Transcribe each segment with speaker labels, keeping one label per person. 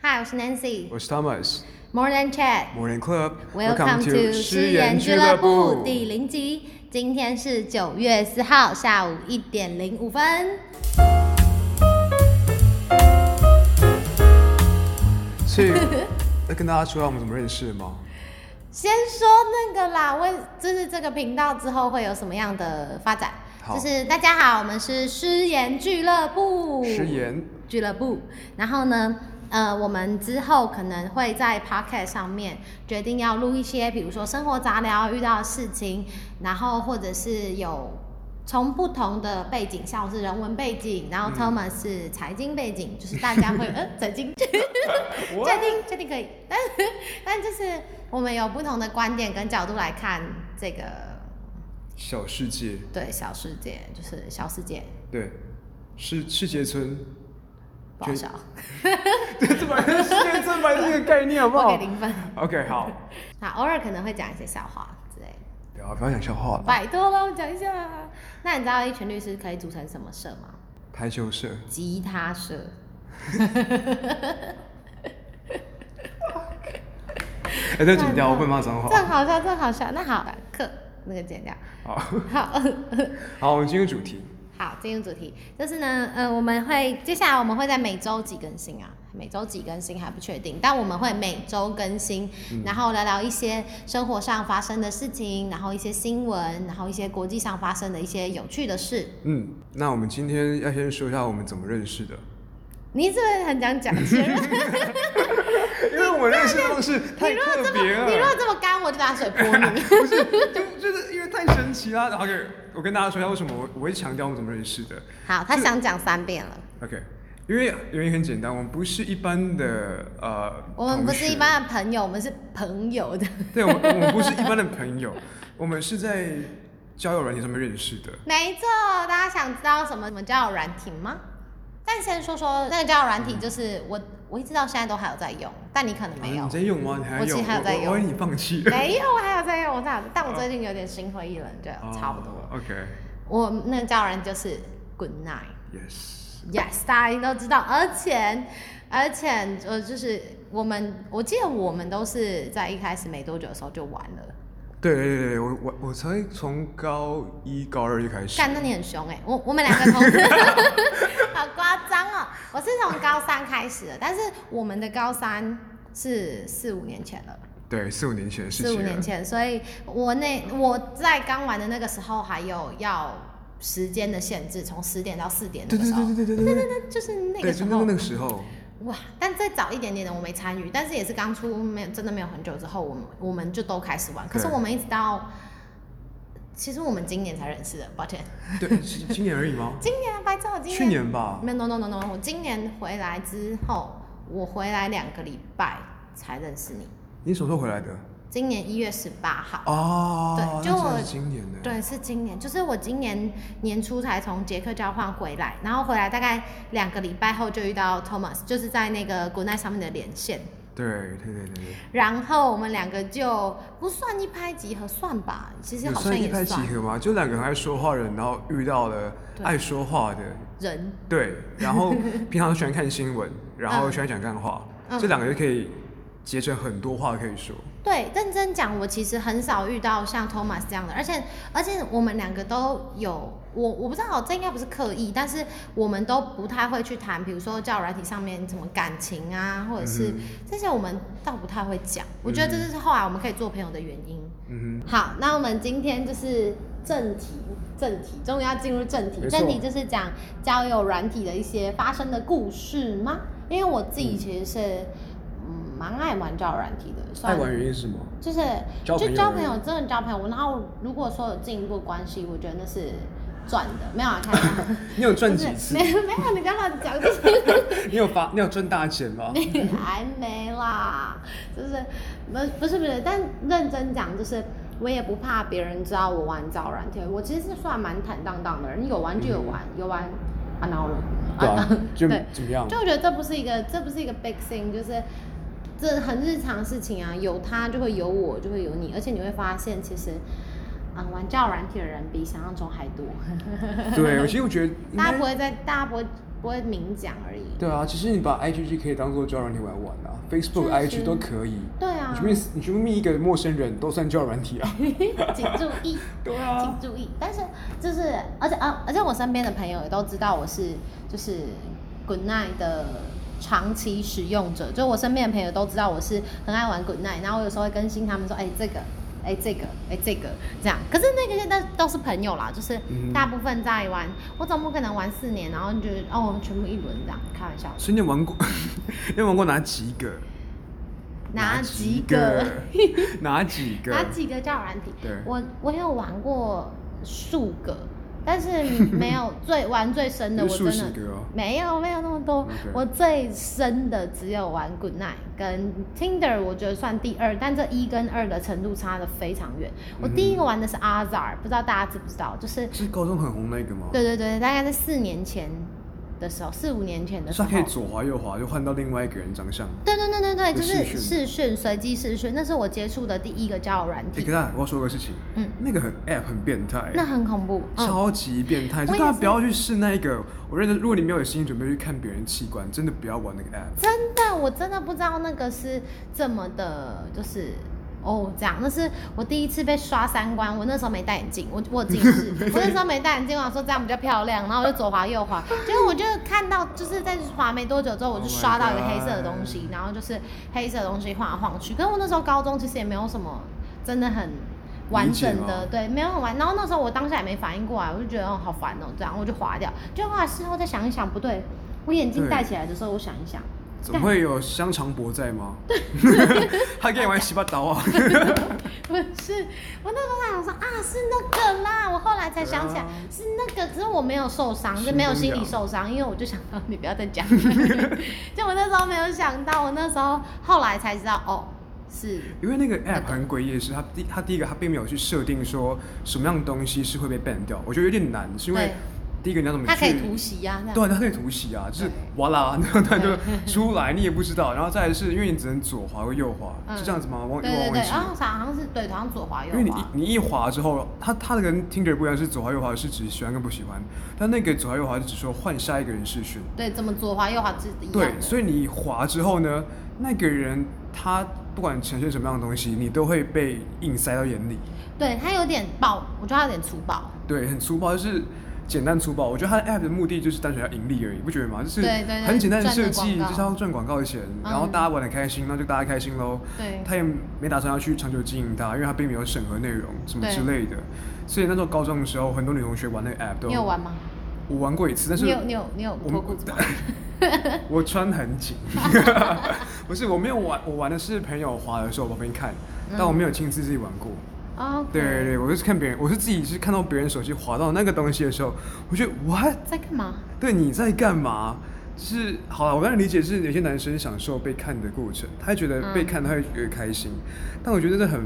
Speaker 1: Hi，我是 Nancy。
Speaker 2: 我是 Thomas。
Speaker 1: More than chat。
Speaker 2: Morning Club，Welcome
Speaker 1: Welcome to 诗人俱乐部第零集，今天是九月四号下午一点零五分。
Speaker 2: 所以，那跟大家说一下我们怎么认识 的吗？
Speaker 1: 先说那个啦，为就是这个频道之后会有什么样的发展？
Speaker 2: 好
Speaker 1: 就是大家好，我们是诗言俱乐部。
Speaker 2: 诗言
Speaker 1: 俱乐部。然后呢，呃，我们之后可能会在 Pocket 上面决定要录一些，比如说生活杂聊遇到的事情，然后或者是有从不同的背景，像我是人文背景，然后 Thomas 是财经背景，就是大家会呃财经，确定确定可以， 但是但就是我们有不同的观点跟角度来看这个
Speaker 2: 小世界，
Speaker 1: 对小世界，就是小世界，
Speaker 2: 对，世世界村，
Speaker 1: 不好
Speaker 2: 觉
Speaker 1: 笑，
Speaker 2: 对，这把世界村把这个概念好不
Speaker 1: 我
Speaker 2: 好
Speaker 1: 给零分。
Speaker 2: ？OK，好，
Speaker 1: 那偶尔可能会讲一些笑话之类的。
Speaker 2: 不啊要不要讲笑话了。
Speaker 1: 拜托帮我讲一下。那你知道一群律师可以组成什么社吗？
Speaker 2: 排球 社，
Speaker 1: 吉他社。
Speaker 2: 哎，这剪掉，我不能骂脏话
Speaker 1: 这。很好笑，这很好笑。那好，把课那个剪掉。
Speaker 2: 好，
Speaker 1: 好，
Speaker 2: 好，我们进入主题。
Speaker 1: 好，进入主题，就是呢，呃，我们会接下来我们会在每周几更新啊，每周几更新还不确定，但我们会每周更新，然后聊聊一些生活上发生的事情，然后一些新闻，然后一些国际上发生的一些有趣的事。
Speaker 2: 嗯，那我们今天要先说一下我们怎么认识的，
Speaker 1: 你是不是很想讲别人？
Speaker 2: 因为我们认识的方式
Speaker 1: 你
Speaker 2: 太
Speaker 1: 如果这
Speaker 2: 特别
Speaker 1: 么，你如
Speaker 2: 了
Speaker 1: 果。这么干，我就拿水泼 你。
Speaker 2: 不是，就就是因为太神奇啦。然后给我跟大家说一下为什么我我会强调我们怎么认识的。
Speaker 1: 好，他想讲三遍了。
Speaker 2: OK，因为原因很简单，我们不是一般的呃，
Speaker 1: 我们不是一
Speaker 2: 同
Speaker 1: 般的朋友，我们是朋友的。
Speaker 2: 学，对，我们我们不是一般的朋友，我们是在交友软件上面认识的。
Speaker 1: 没错，大家想知道什么什么交友软体吗？但先说说那个交友软
Speaker 2: 嗯
Speaker 1: 体，就是我我一直到现在都还有在用，但你可能没
Speaker 2: 啊
Speaker 1: 有
Speaker 2: 你。在用吗？你还
Speaker 1: 我其
Speaker 2: 用？
Speaker 1: 实还有在
Speaker 2: 我
Speaker 1: 用
Speaker 2: 以为你放弃了。
Speaker 1: 没有，我还有在用，我在，但我最近有点心灰意冷，就差不多。
Speaker 2: 哦 OK，Yes，、
Speaker 1: 我那个交友软体就是 Good Night。
Speaker 2: Yes
Speaker 1: Yes，大家应该都知道，而且而且呃，就是我们我记得我们都是在一开始没多久的时候就玩了。
Speaker 2: 对对对对，我我我才从高一高二就开始。
Speaker 1: 干，那你很凶哎、我我们两个同事 好夸张哦！我是从高三开始的，但是我们的高三是四五年前了，
Speaker 2: 对，四五年前的事
Speaker 1: 四
Speaker 2: 情。
Speaker 1: 五年。前，
Speaker 2: 啊
Speaker 1: 所以我那我在刚玩的那个时候还有要时间的限制，从十点到四点那
Speaker 2: 对
Speaker 1: 个
Speaker 2: 对
Speaker 1: 时候，
Speaker 2: 对对对对对。
Speaker 1: 那就是那
Speaker 2: 对，
Speaker 1: 个
Speaker 2: 就
Speaker 1: 时
Speaker 2: 那个
Speaker 1: 候
Speaker 2: 那个时候，
Speaker 1: 哇！但再早一点点的我没参与，但是也是刚出没有真的没有很久之后，我们我们就都开始玩，可是
Speaker 2: 对
Speaker 1: 我们一直到。其实我们今年才认识的，抱歉，
Speaker 2: 对，是今年而已吗？
Speaker 1: 今年啊白痴，我今
Speaker 2: 去年吧。
Speaker 1: 没有 no no no no，我今年回来之后，我回来两个礼拜才认识你。
Speaker 2: 你什么时候回来的？
Speaker 1: 今年一月十八号，
Speaker 2: 哦，
Speaker 1: 对
Speaker 2: 那
Speaker 1: 就
Speaker 2: 真的
Speaker 1: 我
Speaker 2: 是今年的。
Speaker 1: 对，是今年，就是我今年年初才从捷克交换回来，然后回来大概两个礼拜后就遇到 Thomas，就是在那个 Good Night 上面的连线，
Speaker 2: 对对对对对。
Speaker 1: 然后我们两个就不算一拍即合，算吧，其实
Speaker 2: 有
Speaker 1: 好
Speaker 2: 算
Speaker 1: 像
Speaker 2: 一
Speaker 1: 也
Speaker 2: 拍即合吗？就两个很爱说话的人，然后遇到了
Speaker 1: 对
Speaker 2: 爱说话的，
Speaker 1: 人
Speaker 2: 对，然后平常喜欢看新闻，然后
Speaker 1: 嗯
Speaker 2: 喜欢讲干话，
Speaker 1: 嗯
Speaker 2: 这两个就可以结成很多话可以说。
Speaker 1: 对，认真讲，我其实很少遇到像 Thomas 这样的，而且而且我们两个都有，我我不知道这应该不是刻意，但是我们都不太会去谈，比如说交友软体上面什么感情啊，或者是、
Speaker 2: 嗯
Speaker 1: 这些我们倒不太会讲。我觉得这是后来我们可以做朋友的原因。
Speaker 2: 嗯
Speaker 1: 好，那我们今天就是正题，正题终于要进入正题
Speaker 2: 没，错
Speaker 1: 正题就是讲交友软体的一些发生的故事吗？因为我自己其实是嗯蛮爱玩交友软体的，
Speaker 2: 哼，
Speaker 1: 算
Speaker 2: 爱玩原因是什么？
Speaker 1: 就是
Speaker 2: 交朋友
Speaker 1: 就交朋友，真的交朋友。然后如果说有进一步关系，我觉得那是赚的，没有啊，开玩 笑
Speaker 2: 你有赚
Speaker 1: 不是
Speaker 2: 几次？
Speaker 1: 没没有，你不要乱讲，就是
Speaker 2: 你有发？你有赚大钱吗？
Speaker 1: 还没啦，就是不不是不是，但认真讲就是。我也不怕别人知道我玩交友软件，我其实是算蛮坦荡荡的人，有玩就有玩，有玩啊，然后呢？，
Speaker 2: 对啊 就
Speaker 1: 对
Speaker 2: 怎么样
Speaker 1: 就？我觉得这不是一个，这不是一个 big thing，就是这很日常的事情啊，有他就会有我，就会有你，而且你会发现，其实，嗯，玩交友软体的人比想象中还多。
Speaker 2: 对，我其实我觉得应
Speaker 1: 大家
Speaker 2: 该
Speaker 1: 不会在，大家不会不会明讲而已。
Speaker 2: 对啊，其实你把 IGG 可以当做交友软体来玩啊，Facebook、
Speaker 1: 确实
Speaker 2: IG 都可以。
Speaker 1: 对啊
Speaker 2: 你去密你去密一个陌生人都算交友软体啊。
Speaker 1: 请注意，
Speaker 2: 对啊
Speaker 1: 请注意。但是就是，而且啊，而且我身边的朋友也都知道我是就是 Good Night 的长期使用者，就我身边的朋友都知道我是很爱玩 Good Night，然后我有时候会更新他们说，哎、这个。哎，这个，哎，这个，这样。可是那个现在都是朋友啦，就是
Speaker 2: 嗯
Speaker 1: 大部分在玩，我总不可能玩四年，然后就觉得哦，全部一轮这样，开玩笑。
Speaker 2: 所以你玩过， 你玩过哪几个？
Speaker 1: 哪几
Speaker 2: 几
Speaker 1: 个？？
Speaker 2: 哪几个？
Speaker 1: 哪几个交友软体？
Speaker 2: 对
Speaker 1: 我我有玩过数个，但是没有最玩最深 的，我
Speaker 2: 有
Speaker 1: 真
Speaker 2: 数十
Speaker 1: 的
Speaker 2: 个哦。
Speaker 1: 没有没有那么多
Speaker 2: OK。
Speaker 1: 我最深的只有玩 Good Night 跟 Tinder，我觉得算第二，但这一跟二的程度差的非常远。我第一个玩的是 Azar，不知道大家知不知道？就是
Speaker 2: 是高中很红那个吗？
Speaker 1: 对对对，大概在四年前的时候，四五年前的时
Speaker 2: 是
Speaker 1: 候
Speaker 2: 它，可以左滑右滑就换到另外一个人长相。
Speaker 1: 对对对对对，就
Speaker 2: 有
Speaker 1: 是
Speaker 2: 视讯
Speaker 1: 视讯随机视讯，那是我接触的第一个交友软
Speaker 2: 哎，
Speaker 1: 体
Speaker 2: 可，是我要说个事情，
Speaker 1: 嗯
Speaker 2: 那个很 app 很变态，
Speaker 1: 那很恐怖。嗯。
Speaker 2: 超级变态，
Speaker 1: 我
Speaker 2: 就
Speaker 1: 也
Speaker 2: 大家
Speaker 1: 是
Speaker 2: 不要去试那一个。我认真，如果你没有心理准备去看别人器官，真的不要玩那个 app。
Speaker 1: 真的，我真的不知道那个是这么的，就是哦这样。那是我第一次被刷三观，我那时候没戴眼镜，我我近 视，我那时候没戴眼镜，我想说这样比较漂亮，然后我就左滑右滑，结果我就看到就是在滑没多久之后，我就
Speaker 2: Oh my
Speaker 1: 刷到一个黑色的
Speaker 2: God
Speaker 1: 东西，然后就是 黑色的东西晃来晃去。可是我那时候高中其实也没有什么真的很。完整
Speaker 2: 理解哦
Speaker 1: 的
Speaker 2: 吗
Speaker 1: 对，没有很完。然后那时候我当下也没反应过来，我就觉得哦好烦哦，这样我就划掉。就后来事后再想一想，不对，我眼镜
Speaker 2: 对
Speaker 1: 戴起来的时候，我想一想，
Speaker 2: 怎么会有香肠博在吗？ 还可以玩洗把刀啊！
Speaker 1: 不是，我那时候在想说啊，是那个啦，我后来才想起来、
Speaker 2: 对啊
Speaker 1: 是那个，只是我没有受伤，
Speaker 2: 心
Speaker 1: 就没有
Speaker 2: 动
Speaker 1: 心理
Speaker 2: 摇
Speaker 1: 受伤，因为我就想到 你不要再讲了，就我那时候没有想到，我那时候后来才知道哦，是
Speaker 2: 因为那个 app 很诡异的是，它第它第一个它并没有去设定说什么样的东西是会被 ban 掉，我觉得有点难，是因为
Speaker 1: 对
Speaker 2: 第一个你要怎么
Speaker 1: 他可以
Speaker 2: 去
Speaker 1: 突袭呀、这样。
Speaker 2: 对，它可以突袭啊，就是
Speaker 1: 对
Speaker 2: 哇 啦，然后它就出来，你也不知道。然后再来是因为你只能左滑或右滑，
Speaker 1: 嗯
Speaker 2: 是这样子吗？忘
Speaker 1: 对对
Speaker 2: 忘
Speaker 1: 对，
Speaker 2: 忘记
Speaker 1: 然后
Speaker 2: 了。
Speaker 1: 好像是对，好像左滑右
Speaker 2: 因为你一
Speaker 1: 滑，
Speaker 2: 你一滑之后，它它的跟 Tinder 不一样，是左滑右滑是指喜欢跟不喜欢，但那个左滑右滑是只说换下一个人试训。
Speaker 1: 对，怎么左滑右滑是一样的。
Speaker 2: 对，所以你滑之后呢，那个人他不管呈现什么样的东西，你都会被硬塞到眼里。
Speaker 1: 对他有点暴，我觉得他有点粗暴。
Speaker 2: 对，很粗暴，就是简单粗暴。我觉得它的 app 的目的就是单纯要盈利而已，不觉得吗？就是
Speaker 1: 对对对
Speaker 2: 很简单的
Speaker 1: 赚
Speaker 2: 设
Speaker 1: 个广
Speaker 2: 计，
Speaker 1: 告
Speaker 2: 就是要赚广告钱，然后
Speaker 1: 嗯
Speaker 2: 大家玩的开心，那就大家开心喽。
Speaker 1: 对
Speaker 2: 他也没打算要去长久经营它，因为它并没有审核内容什么
Speaker 1: 对
Speaker 2: 之类的。所以那时候高中的时候，很多女同学玩那个 app 都
Speaker 1: 你有玩吗？
Speaker 2: 我玩过一次，但是
Speaker 1: 你有你有你有
Speaker 2: 我
Speaker 1: 脱裤子吗？
Speaker 2: 我穿很紧， 不是我没有玩，我玩的是朋友滑的时候我旁边看，但我没有亲自自己玩过。
Speaker 1: 啊，
Speaker 2: 对对对，我是看别人，我是自己是看到别人手机滑到那个东西的时候，我觉得 what？
Speaker 1: 在干嘛？
Speaker 2: 对，你在干嘛？是好了，我刚才理解是有些男生享受被看的过程，他觉得被看他会觉得开心，但我觉得这很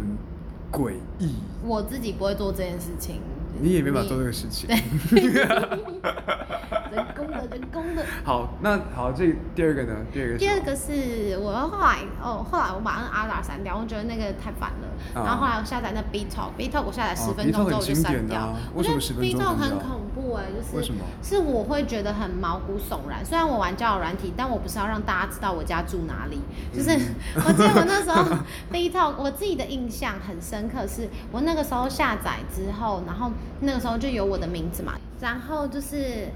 Speaker 2: 诡异，
Speaker 1: 我自己不会做这件事情。
Speaker 2: 你也没办法做这个事情。
Speaker 1: 人工的，人工的。
Speaker 2: 好，那好，这第二个呢？第二个是
Speaker 1: 第
Speaker 2: 什
Speaker 1: 二个是
Speaker 2: 么
Speaker 1: 我后来哦，后来我把那个阿达删掉，我觉得那个太烦了。
Speaker 2: 啊
Speaker 1: 然后后来我下载那 B Talk，B Talk 我下载
Speaker 2: 哦
Speaker 1: 十分钟之后我就
Speaker 2: BeeTalk 很
Speaker 1: 删
Speaker 2: 经典
Speaker 1: 掉。
Speaker 2: 啊
Speaker 1: 我觉
Speaker 2: 为
Speaker 1: 得
Speaker 2: 什么
Speaker 1: B
Speaker 2: 10分
Speaker 1: Talk
Speaker 2: 钟删掉
Speaker 1: 很恐怖哎、就是
Speaker 2: 为什么
Speaker 1: 是我会觉得很毛骨悚然。虽然我玩交友软体，但我不是要让大家知道我家住哪里。
Speaker 2: 嗯
Speaker 1: 就是、 我记得我那时候 B Talk，我自己的印象很深刻是，我那个时候下载之后，然后那个时候就有我的名字嘛，然后就是。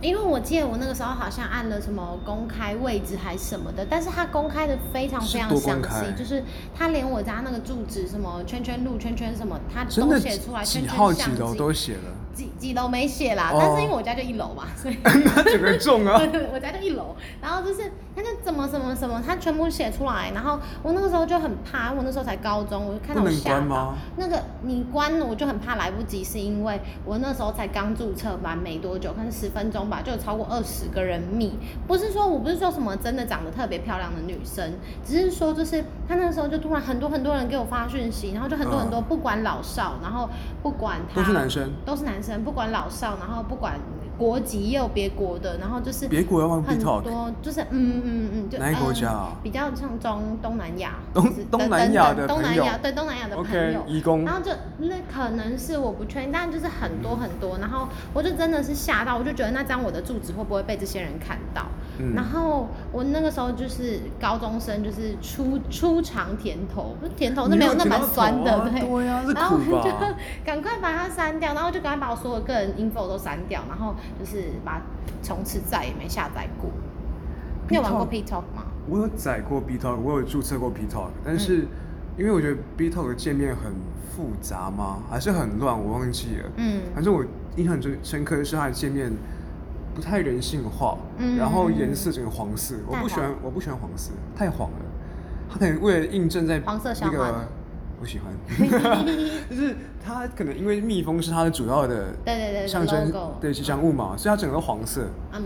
Speaker 1: 因为我记得我那个时候好像按了什么公开位置还是什么的，但是它公开的非常非常
Speaker 2: 是多
Speaker 1: 详
Speaker 2: 公开
Speaker 1: 细，就是它连我家那个住址什么圈圈路圈圈什么，它
Speaker 2: 真
Speaker 1: 都
Speaker 2: 的
Speaker 1: 写出来，圈
Speaker 2: 几
Speaker 1: 圈
Speaker 2: 号
Speaker 1: 巷
Speaker 2: 几楼
Speaker 1: 几
Speaker 2: 都写了，
Speaker 1: 几几楼没写啦，
Speaker 2: 哦
Speaker 1: 但是因为我家就一楼嘛， 所以
Speaker 2: 那整个中啊！
Speaker 1: 我家就一楼，然后就是他就怎么什么什么，他全部写出来，然后我那个时候就很怕，因为我那时候才高中，我就 看到
Speaker 2: 不
Speaker 1: 我
Speaker 2: 能
Speaker 1: 吓啊
Speaker 2: 关
Speaker 1: 到
Speaker 2: 吗。
Speaker 1: 那个你关了我就很怕来不及，是因为我那时候才刚注册完没多久，可能十分钟吧，就有超过二十个人密。不是说我不是说什么真的长得特别漂亮的女生，只是说就是她那个时候就突然很多很多人给我发讯息，然后就很多很多，
Speaker 2: 嗯
Speaker 1: 不管老少，然后不管他
Speaker 2: 都是男生
Speaker 1: 都是男生，不管老少，然后不管国籍也有别国的，然后就是
Speaker 2: 别国要玩 B
Speaker 1: 很
Speaker 2: talk，
Speaker 1: 多就是嗯嗯嗯嗯，就
Speaker 2: 哪一个国家
Speaker 1: 嗯
Speaker 2: 啊
Speaker 1: 比较像中东南亚，
Speaker 2: 东
Speaker 1: 就是
Speaker 2: 东
Speaker 1: 等
Speaker 2: 南亚
Speaker 1: 等
Speaker 2: 的
Speaker 1: 等东
Speaker 2: 朋
Speaker 1: 南
Speaker 2: 友
Speaker 1: 亚对东南亚的朋
Speaker 2: ，OK，
Speaker 1: 友。
Speaker 2: 义工
Speaker 1: 然后就那可能是我不确定，但就是很多很多，然后我就真的是吓到，我就觉得那张我的住址会不会被这些人看到？
Speaker 2: 嗯
Speaker 1: 然后我那个时候就是高中生，就是初初尝甜头，不是甜头是
Speaker 2: 你
Speaker 1: 没
Speaker 2: 没
Speaker 1: 有
Speaker 2: 有
Speaker 1: 那
Speaker 2: 剪
Speaker 1: 么
Speaker 2: 到
Speaker 1: 酸
Speaker 2: 头
Speaker 1: 的，
Speaker 2: 啊
Speaker 1: 对。
Speaker 2: 对啊是
Speaker 1: 然后
Speaker 2: 苦
Speaker 1: 我就
Speaker 2: 吧
Speaker 1: 赶快把它删掉，然后就赶快把我所有个人 info 都删掉，然后就是把从此再也没下载过。你有玩过 P Talk 吗？
Speaker 2: 我有载过 B Talk，我有注册过 B Talk，但是
Speaker 1: 嗯
Speaker 2: 因为我觉得 B Talk 的界面很复杂吗？还是很乱？我忘记了。
Speaker 1: 嗯
Speaker 2: 反正我印象最深刻的是它的界面不太人性化，
Speaker 1: 嗯
Speaker 2: 然后颜色整个黄色，我不喜
Speaker 1: 太
Speaker 2: 欢，我不喜欢黄色，太黄了。它可能为了印证在
Speaker 1: 黄色
Speaker 2: 那
Speaker 1: 相反
Speaker 2: 个，不喜欢， 就是它可能因为蜜蜂是它的主要的
Speaker 1: 对对对
Speaker 2: 象征
Speaker 1: logo
Speaker 2: 对吉祥物嘛，所以它整个都黄色，
Speaker 1: 嗯，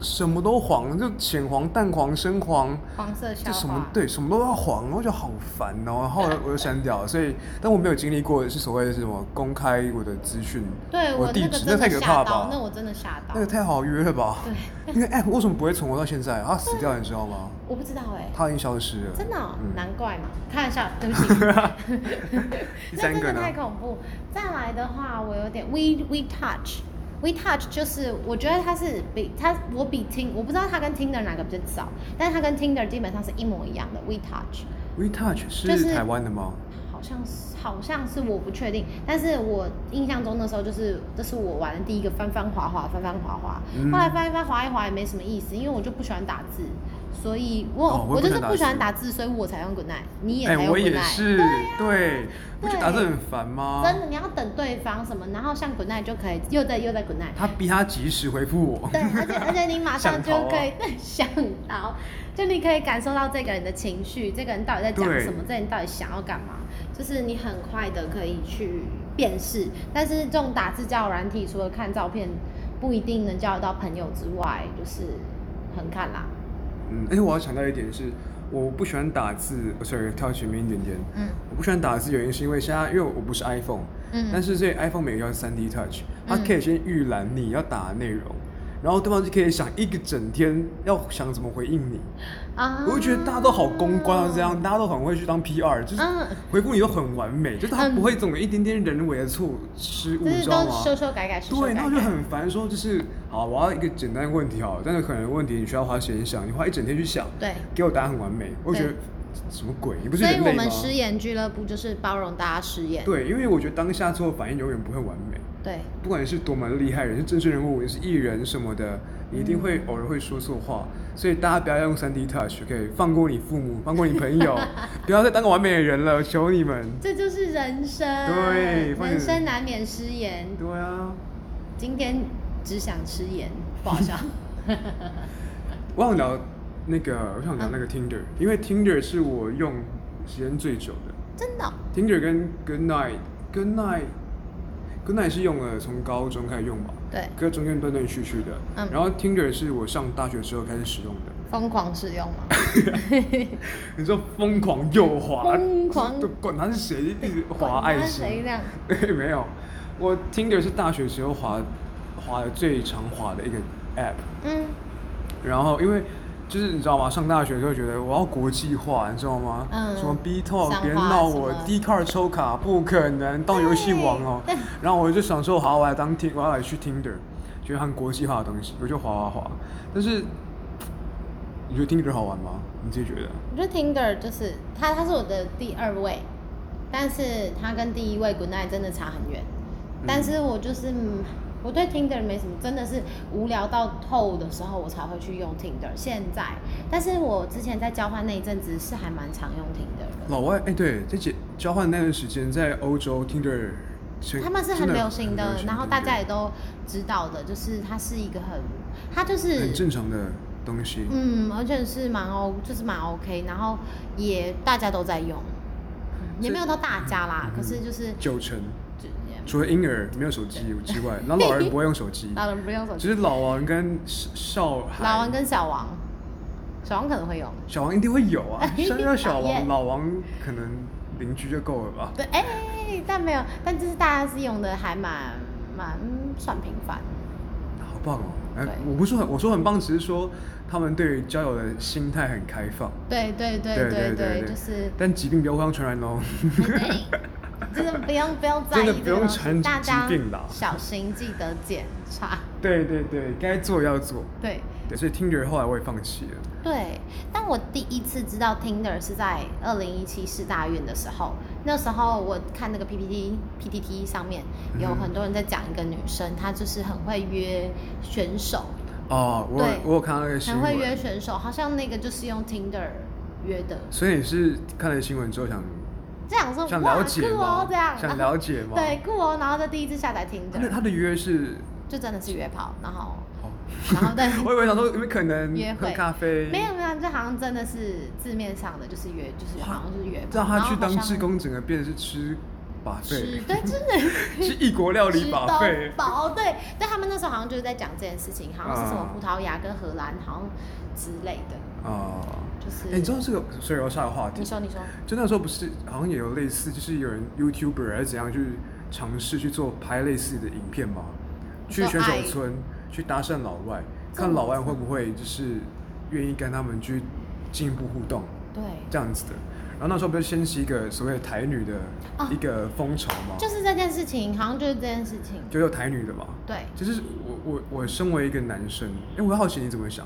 Speaker 2: 什么都黄，就浅黄、淡黄、深黄。
Speaker 1: 黄色笑
Speaker 2: 就什么
Speaker 1: 话。
Speaker 2: 对什么都要黄，我就好烦哦、然后我就删掉了。所以，但我没有经历过是所谓的什么公开我的资讯，
Speaker 1: 对
Speaker 2: 我
Speaker 1: 我
Speaker 2: 地
Speaker 1: 那个
Speaker 2: 址，
Speaker 1: 真
Speaker 2: 太
Speaker 1: 的
Speaker 2: 可
Speaker 1: 吓
Speaker 2: 怕
Speaker 1: 到
Speaker 2: 吧，？
Speaker 1: 那我真的吓到
Speaker 2: 那。个太好约了吧？对，那个 app 为什么不会存活到现在？它啊死掉了，你知道吗？
Speaker 1: 我不知道哎、
Speaker 2: 它已经消失了。
Speaker 1: 真的哦、
Speaker 2: 嗯
Speaker 1: 难怪嘛！开 玩笑，对不起，
Speaker 2: 第
Speaker 1: 那
Speaker 2: 三
Speaker 1: 真
Speaker 2: 个
Speaker 1: 的
Speaker 2: 呢
Speaker 1: 太恐怖。再来的话，我有点 We We Touch。We Touch 就是，我觉得它是比它，我比 Tin，我不知道它跟 Tinder 哪个比较早，但是它跟 Tinder 基本上是一模一样的。We Touch
Speaker 2: ，We Touch
Speaker 1: 就是
Speaker 2: 是台湾的吗？
Speaker 1: 好像是好像是我不确定，但是我印象中那时候就是这是我玩的第一个翻翻滑滑翻翻滑滑，
Speaker 2: 嗯
Speaker 1: 后来翻一翻滑一滑也没什么意思，因为我就不喜欢打字，所以我、
Speaker 2: 哦我也不
Speaker 1: 就是
Speaker 2: 喜欢打
Speaker 1: 不喜欢
Speaker 2: 字
Speaker 1: 打字，所以我才用 Good night，你也
Speaker 2: 哎、
Speaker 1: 才用
Speaker 2: 我
Speaker 1: Good night，、
Speaker 2: 也是，啊对，不就打字很烦吗？
Speaker 1: 啊真的，你要等对方什么，然后像 good night 就可以，又在又在 good night。
Speaker 2: 他逼他及时回复我。
Speaker 1: 对，而且而且你马上
Speaker 2: 想
Speaker 1: 就
Speaker 2: 逃啊
Speaker 1: 可以 想到，就你可以感受到这个人的情绪，这个人到底在讲
Speaker 2: 对
Speaker 1: 什么，这个人到底想要干嘛，就是你很快的可以去辨识。但是这种打字交友软体，除了看照片不一定能交得到朋友之外，就是很看啦。
Speaker 2: 嗯，而且我要强调一点是，我不喜欢打字，呃 sorry，跳前面一点点。
Speaker 1: 嗯
Speaker 2: 我不喜欢打字，原因是因为现在因为我不是 iPhone，、
Speaker 1: 嗯
Speaker 2: 但是这 iPhone 每个要三 D Touch，它
Speaker 1: 嗯
Speaker 2: 可以先预览你要打的内容，然后对方就可以想一个整天要想怎么回应你。
Speaker 1: 啊
Speaker 2: 我就觉得大家都好公关啊，这样大家都很会去当 PR，就是
Speaker 1: 嗯
Speaker 2: 回复你都很完美，就是他
Speaker 1: 嗯
Speaker 2: 不会总有一点点人为的错失误，
Speaker 1: 就
Speaker 2: 你
Speaker 1: 是
Speaker 2: 知道
Speaker 1: 都
Speaker 2: 吗？
Speaker 1: 修修改改，修修改
Speaker 2: 对，然后就
Speaker 1: 改。
Speaker 2: 很烦，说就是好，我要一个简单的问题好，但是可能问题你需要花时间想，你花一整天去想，
Speaker 1: 对，
Speaker 2: 给我答案很完美，我觉得
Speaker 1: 对
Speaker 2: 什么鬼？你不是
Speaker 1: 所以
Speaker 2: 人
Speaker 1: 我
Speaker 2: 类吗
Speaker 1: 们？失言俱乐部就是包容大家失言。
Speaker 2: 对，因为我觉得当下做的反应永远不会完美，
Speaker 1: 对
Speaker 2: 不管是多么厉害的人，是政治人物，也是艺人什么的，你一定会偶尔会说错话，所以大家不要用三 D touch，可以放过你父母，放过你朋 友，不要再当个完美的人了，求你们。
Speaker 1: 这就是人生，
Speaker 2: 对放
Speaker 1: 人
Speaker 2: 眼
Speaker 1: 生难免失言。
Speaker 2: 对啊，
Speaker 1: 今天只想吃盐，不 好笑。
Speaker 2: 我想聊那个，我想聊那个 Tinder，、因为 Tinder 是我用时间最久的。
Speaker 1: 真的哦、
Speaker 2: Tinder 跟 Good Night、Good Night、Good Night 是用了从高中开始用吧，
Speaker 1: 对，
Speaker 2: 可是中间断断续续的。
Speaker 1: 嗯
Speaker 2: 然后 Tinder 是我上大学之后开始使用的。
Speaker 1: 疯狂使用 吗？
Speaker 2: 你说疯狂右滑，
Speaker 1: 疯狂
Speaker 2: 就管他是谁，一直滑
Speaker 1: 管
Speaker 2: 爱
Speaker 1: 他
Speaker 2: 心。
Speaker 1: 谁亮？
Speaker 2: 对， 没有，我 Tinder 是大学时候滑滑的最常滑的一个 app。
Speaker 1: 嗯，
Speaker 2: 然后因为就是你知道吗？上大学就会觉得我要国际化，你知道吗？
Speaker 1: 嗯
Speaker 2: 什么 B Talk，
Speaker 1: 上
Speaker 2: 别
Speaker 1: 话
Speaker 2: 闹
Speaker 1: 什
Speaker 2: 我
Speaker 1: 么
Speaker 2: D Card 抽卡不可能，到游戏王哦。然后我就想说，好，我来当听，我要来去 Tinder，觉得很国际化的东西，我就滑滑滑。但是你觉得 Tinder 好玩吗？你自己觉得？
Speaker 1: 我觉得 Tinder 就是它，它是我的第二位，但是它跟第一位 Good Night 真的差很远。但是我就是、嗯、我对 Tinder 没什么，真的是无聊到透的时候我才会去用 Tinder。现在，但是我之前在交换那一阵子是还蛮常用 Tinder 的。
Speaker 2: 老外哎，对，在解交换那段时间，在欧洲 Tinder 是
Speaker 1: 他们是
Speaker 2: 真
Speaker 1: 很流行
Speaker 2: 很
Speaker 1: 的，然后大家也
Speaker 2: 对
Speaker 1: 都知道的，就是它是一个很，它就是
Speaker 2: 很正常的东西。
Speaker 1: 嗯，而且是蛮 O，就是蛮 OK，然后也大家都在用，嗯也没有到大家
Speaker 2: 嗯
Speaker 1: 啦，可是就是
Speaker 2: 九成。
Speaker 1: 就，
Speaker 2: 除了婴儿没有手机之外，然后 老人不会用手机
Speaker 1: 老人不用手
Speaker 2: 只
Speaker 1: 机，
Speaker 2: 是老王跟少少孩，
Speaker 1: 老王跟小王，小王可能会用，，
Speaker 2: 小王一定会有啊 删掉
Speaker 1: 讨
Speaker 2: 小
Speaker 1: 厌
Speaker 2: 王，老王可能邻居就够了吧。
Speaker 1: 对，哎、但没有，但就是大家是用的还蛮蛮嗯算频繁，
Speaker 2: 棒哦！哎
Speaker 1: 对，
Speaker 2: 我不是很我说很棒，只是说他们对于交友的心态很开放，
Speaker 1: 对对对
Speaker 2: 对对
Speaker 1: 对，
Speaker 2: 对
Speaker 1: 就是
Speaker 2: 但疾病不要互相传 染哦。
Speaker 1: 对，真的不用不用在意
Speaker 2: 真的
Speaker 1: 这个
Speaker 2: 不用
Speaker 1: 东西
Speaker 2: 传
Speaker 1: 大
Speaker 2: 疾
Speaker 1: 家
Speaker 2: 病啦
Speaker 1: 小心记得检查。
Speaker 2: 对对对，该做要做。
Speaker 1: 对
Speaker 2: 对，所以听着后来我也放弃了。
Speaker 1: 对，但我第一次知道 Tinder 是在二零一七世大运的时候，那时候我看那个 PPT PTT 上面有
Speaker 2: 嗯哼
Speaker 1: 很多人在讲一个女生，她就是很会约选手，
Speaker 2: 哦，我
Speaker 1: 对
Speaker 2: 有我有看到那个新
Speaker 1: 很会约
Speaker 2: 闻，
Speaker 1: 选手，好像那个就是用 Tinder 约的。
Speaker 2: 所以你是看了新闻之后想
Speaker 1: 这样说
Speaker 2: 想
Speaker 1: 哇
Speaker 2: 了解
Speaker 1: 酷哦
Speaker 2: 吗？
Speaker 1: 这样
Speaker 2: 想
Speaker 1: 然后
Speaker 2: 了解吗？啊
Speaker 1: 对，酷哦，然后就第一次下载 Tinder，
Speaker 2: 那他的 约是，
Speaker 1: 就真的是约炮，然后
Speaker 2: 哦，
Speaker 1: 然 后但
Speaker 2: 我以为想说有没有可能
Speaker 1: 约
Speaker 2: 喝
Speaker 1: 会
Speaker 2: 咖啡，
Speaker 1: 没有没有，这好像真的是字面上的，就是约，就是好像就是约炮，
Speaker 2: 让
Speaker 1: 然
Speaker 2: 他
Speaker 1: 后
Speaker 2: 去
Speaker 1: 好
Speaker 2: 当
Speaker 1: 像
Speaker 2: 志工，整个变成是吃把
Speaker 1: 吃
Speaker 2: 费，，
Speaker 1: 对，真的
Speaker 2: 是异国料理把费
Speaker 1: 吃到，饱，对，但他们那时候好像就是在讲这件事情，好像是什么
Speaker 2: 啊
Speaker 1: 葡萄牙跟荷兰好像之类的，
Speaker 2: 啊。
Speaker 1: 就是
Speaker 2: 哎，你知道这个，所以我要下个话题
Speaker 1: 你。说你说，
Speaker 2: 就那时候不是好像也有类似，就是有人 YouTuber 还是怎样去尝试去做拍类似的影片嘛，
Speaker 1: 你
Speaker 2: 去
Speaker 1: 说
Speaker 2: 选手
Speaker 1: 爱
Speaker 2: 村去搭讪老外，
Speaker 1: 这
Speaker 2: 看
Speaker 1: 么
Speaker 2: 老外会不会就是愿意跟他们去进一步互动
Speaker 1: 对，
Speaker 2: 这样子的。然后那时候不是掀起一个所谓的台女的
Speaker 1: 哦
Speaker 2: 一个风潮嘛，
Speaker 1: 就是这件事情，好像就是这件事情，
Speaker 2: 就有台女的嘛。
Speaker 1: 对，
Speaker 2: 就是我我我身为一个男生，哎、我好奇你怎么想，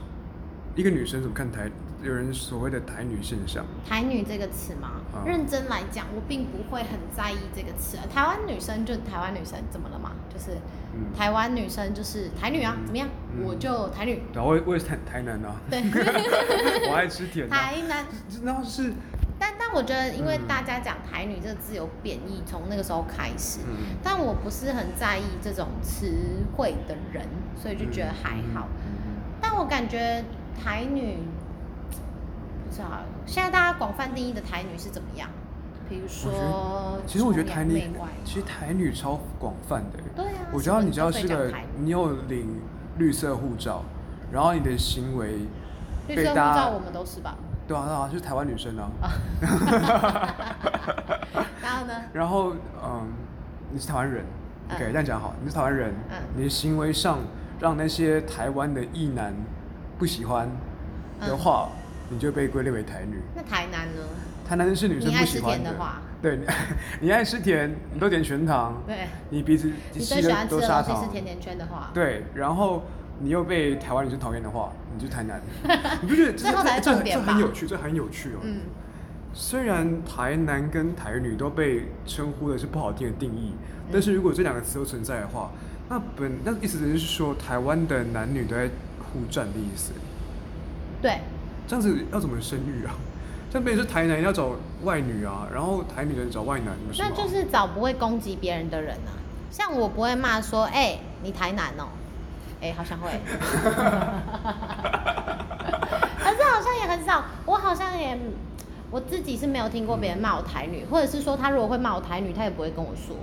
Speaker 2: 一个女生怎么看台有人所谓的台女现象？
Speaker 1: 台女这个词嘛，
Speaker 2: 啊
Speaker 1: 认真来讲，我并不会很在意这个词。台湾女生就台湾女生，怎么了嘛？就是、
Speaker 2: 嗯
Speaker 1: 台湾女生就是台女啊，
Speaker 2: 嗯
Speaker 1: 怎么样？
Speaker 2: 嗯
Speaker 1: 我就台女，
Speaker 2: 然后我也我也是台台南的、啊，
Speaker 1: 对，
Speaker 2: 我爱吃甜的、
Speaker 1: 台南。
Speaker 2: 然后是，
Speaker 1: 但但我觉得，因为
Speaker 2: 嗯
Speaker 1: 大家讲台女这个字有贬义，从那个时候开始。
Speaker 2: 嗯，
Speaker 1: 但我不是很在意这种词汇的人，所以就觉得还好。
Speaker 2: 嗯
Speaker 1: 但我感觉台女，不知道现在大家广泛定义的台女是怎么样？比如说
Speaker 2: 嗯，其实我觉得
Speaker 1: 崇
Speaker 2: 台
Speaker 1: 洋
Speaker 2: 女
Speaker 1: 媚外，
Speaker 2: 其实台女超广泛的、
Speaker 1: 对啊，
Speaker 2: 我觉得你只
Speaker 1: 什么
Speaker 2: 要
Speaker 1: 都
Speaker 2: 是
Speaker 1: 可以
Speaker 2: 个
Speaker 1: 讲台女
Speaker 2: 你有领绿色护照，然后你的行为
Speaker 1: 绿
Speaker 2: 被
Speaker 1: 色护
Speaker 2: 大
Speaker 1: 照
Speaker 2: 家
Speaker 1: 我们都是吧？
Speaker 2: 对啊，对啊，就是台湾女生啊。
Speaker 1: 然后呢？
Speaker 2: 然后，嗯，你是台湾人、
Speaker 1: 嗯
Speaker 2: o k 这样讲好，你是台湾人，
Speaker 1: 嗯
Speaker 2: 你的行为上让那些台湾的异男不喜欢
Speaker 1: 嗯
Speaker 2: 的话，你就被归类为台女。
Speaker 1: 那台南呢？
Speaker 2: 台南是女生
Speaker 1: 你
Speaker 2: 不
Speaker 1: 爱吃
Speaker 2: 喜欢
Speaker 1: 甜的话，
Speaker 2: 对，你 你爱吃甜，你都点全糖，
Speaker 1: 对，
Speaker 2: 你鼻子
Speaker 1: 你
Speaker 2: 吸
Speaker 1: 最喜欢
Speaker 2: 的
Speaker 1: 吃
Speaker 2: 都
Speaker 1: 的
Speaker 2: 砂
Speaker 1: 东西
Speaker 2: 糖
Speaker 1: 是，甜甜圈的话，
Speaker 2: 对，然后你又被台湾女生讨厌的话，你就台 南，你不觉得这
Speaker 1: 最后才
Speaker 2: 这
Speaker 1: 是重
Speaker 2: 这
Speaker 1: 点
Speaker 2: 这
Speaker 1: 吧
Speaker 2: 很有趣，这很有趣哦。
Speaker 1: 嗯，
Speaker 2: 虽然台男跟台女都被称呼的是不好听的定义，
Speaker 1: 嗯
Speaker 2: 但是如果这两个词都存在的话，那本那意思就是说台湾的男女都在互战的意思。
Speaker 1: 对，
Speaker 2: 这样子要怎么生育啊？ 像比如说台男要找外女啊，然后台女的找外男，不是吗
Speaker 1: 那就是找不会攻击别人的人啊。像我不会骂说，哎、你台南 哦、哎、好像会，可是好像也很少，我好像也。我自己是没有听过别人骂我台女，或者是说他如果会骂我台女，他也不会跟我说，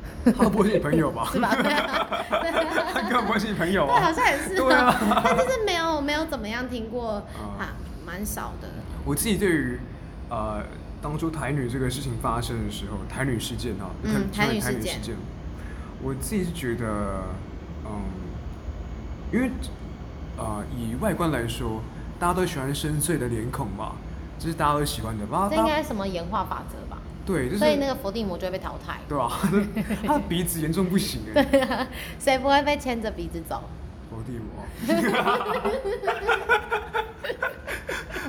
Speaker 2: 他不会是你朋友 吧？
Speaker 1: 是吧？对啊，对啊
Speaker 2: 他根本不会是你朋友
Speaker 1: 对，好
Speaker 2: 啊。
Speaker 1: 像也是、
Speaker 2: 对啊
Speaker 1: 但就是没有没有怎么样听过
Speaker 2: 啊
Speaker 1: 啊，蛮少的。
Speaker 2: 我自己对于呃当初台女这个事情发生的时候，台女事件啊，
Speaker 1: 嗯
Speaker 2: 可能
Speaker 1: 台女
Speaker 2: 台
Speaker 1: 事
Speaker 2: 女
Speaker 1: 件
Speaker 2: 事件，我自己是觉得，嗯，因为呃以外观来说，大家都喜欢深邃的脸孔嘛，这是大家都喜欢的，吧？
Speaker 1: 这
Speaker 2: 大
Speaker 1: 应
Speaker 2: 家
Speaker 1: 该是什么演化法则吧？
Speaker 2: 对，就是
Speaker 1: 所以那个伏地魔就会被淘汰，
Speaker 2: 对吧？ 他的鼻子严重不行哎、
Speaker 1: 谁不会被牵着鼻子走？
Speaker 2: 伏地 魔。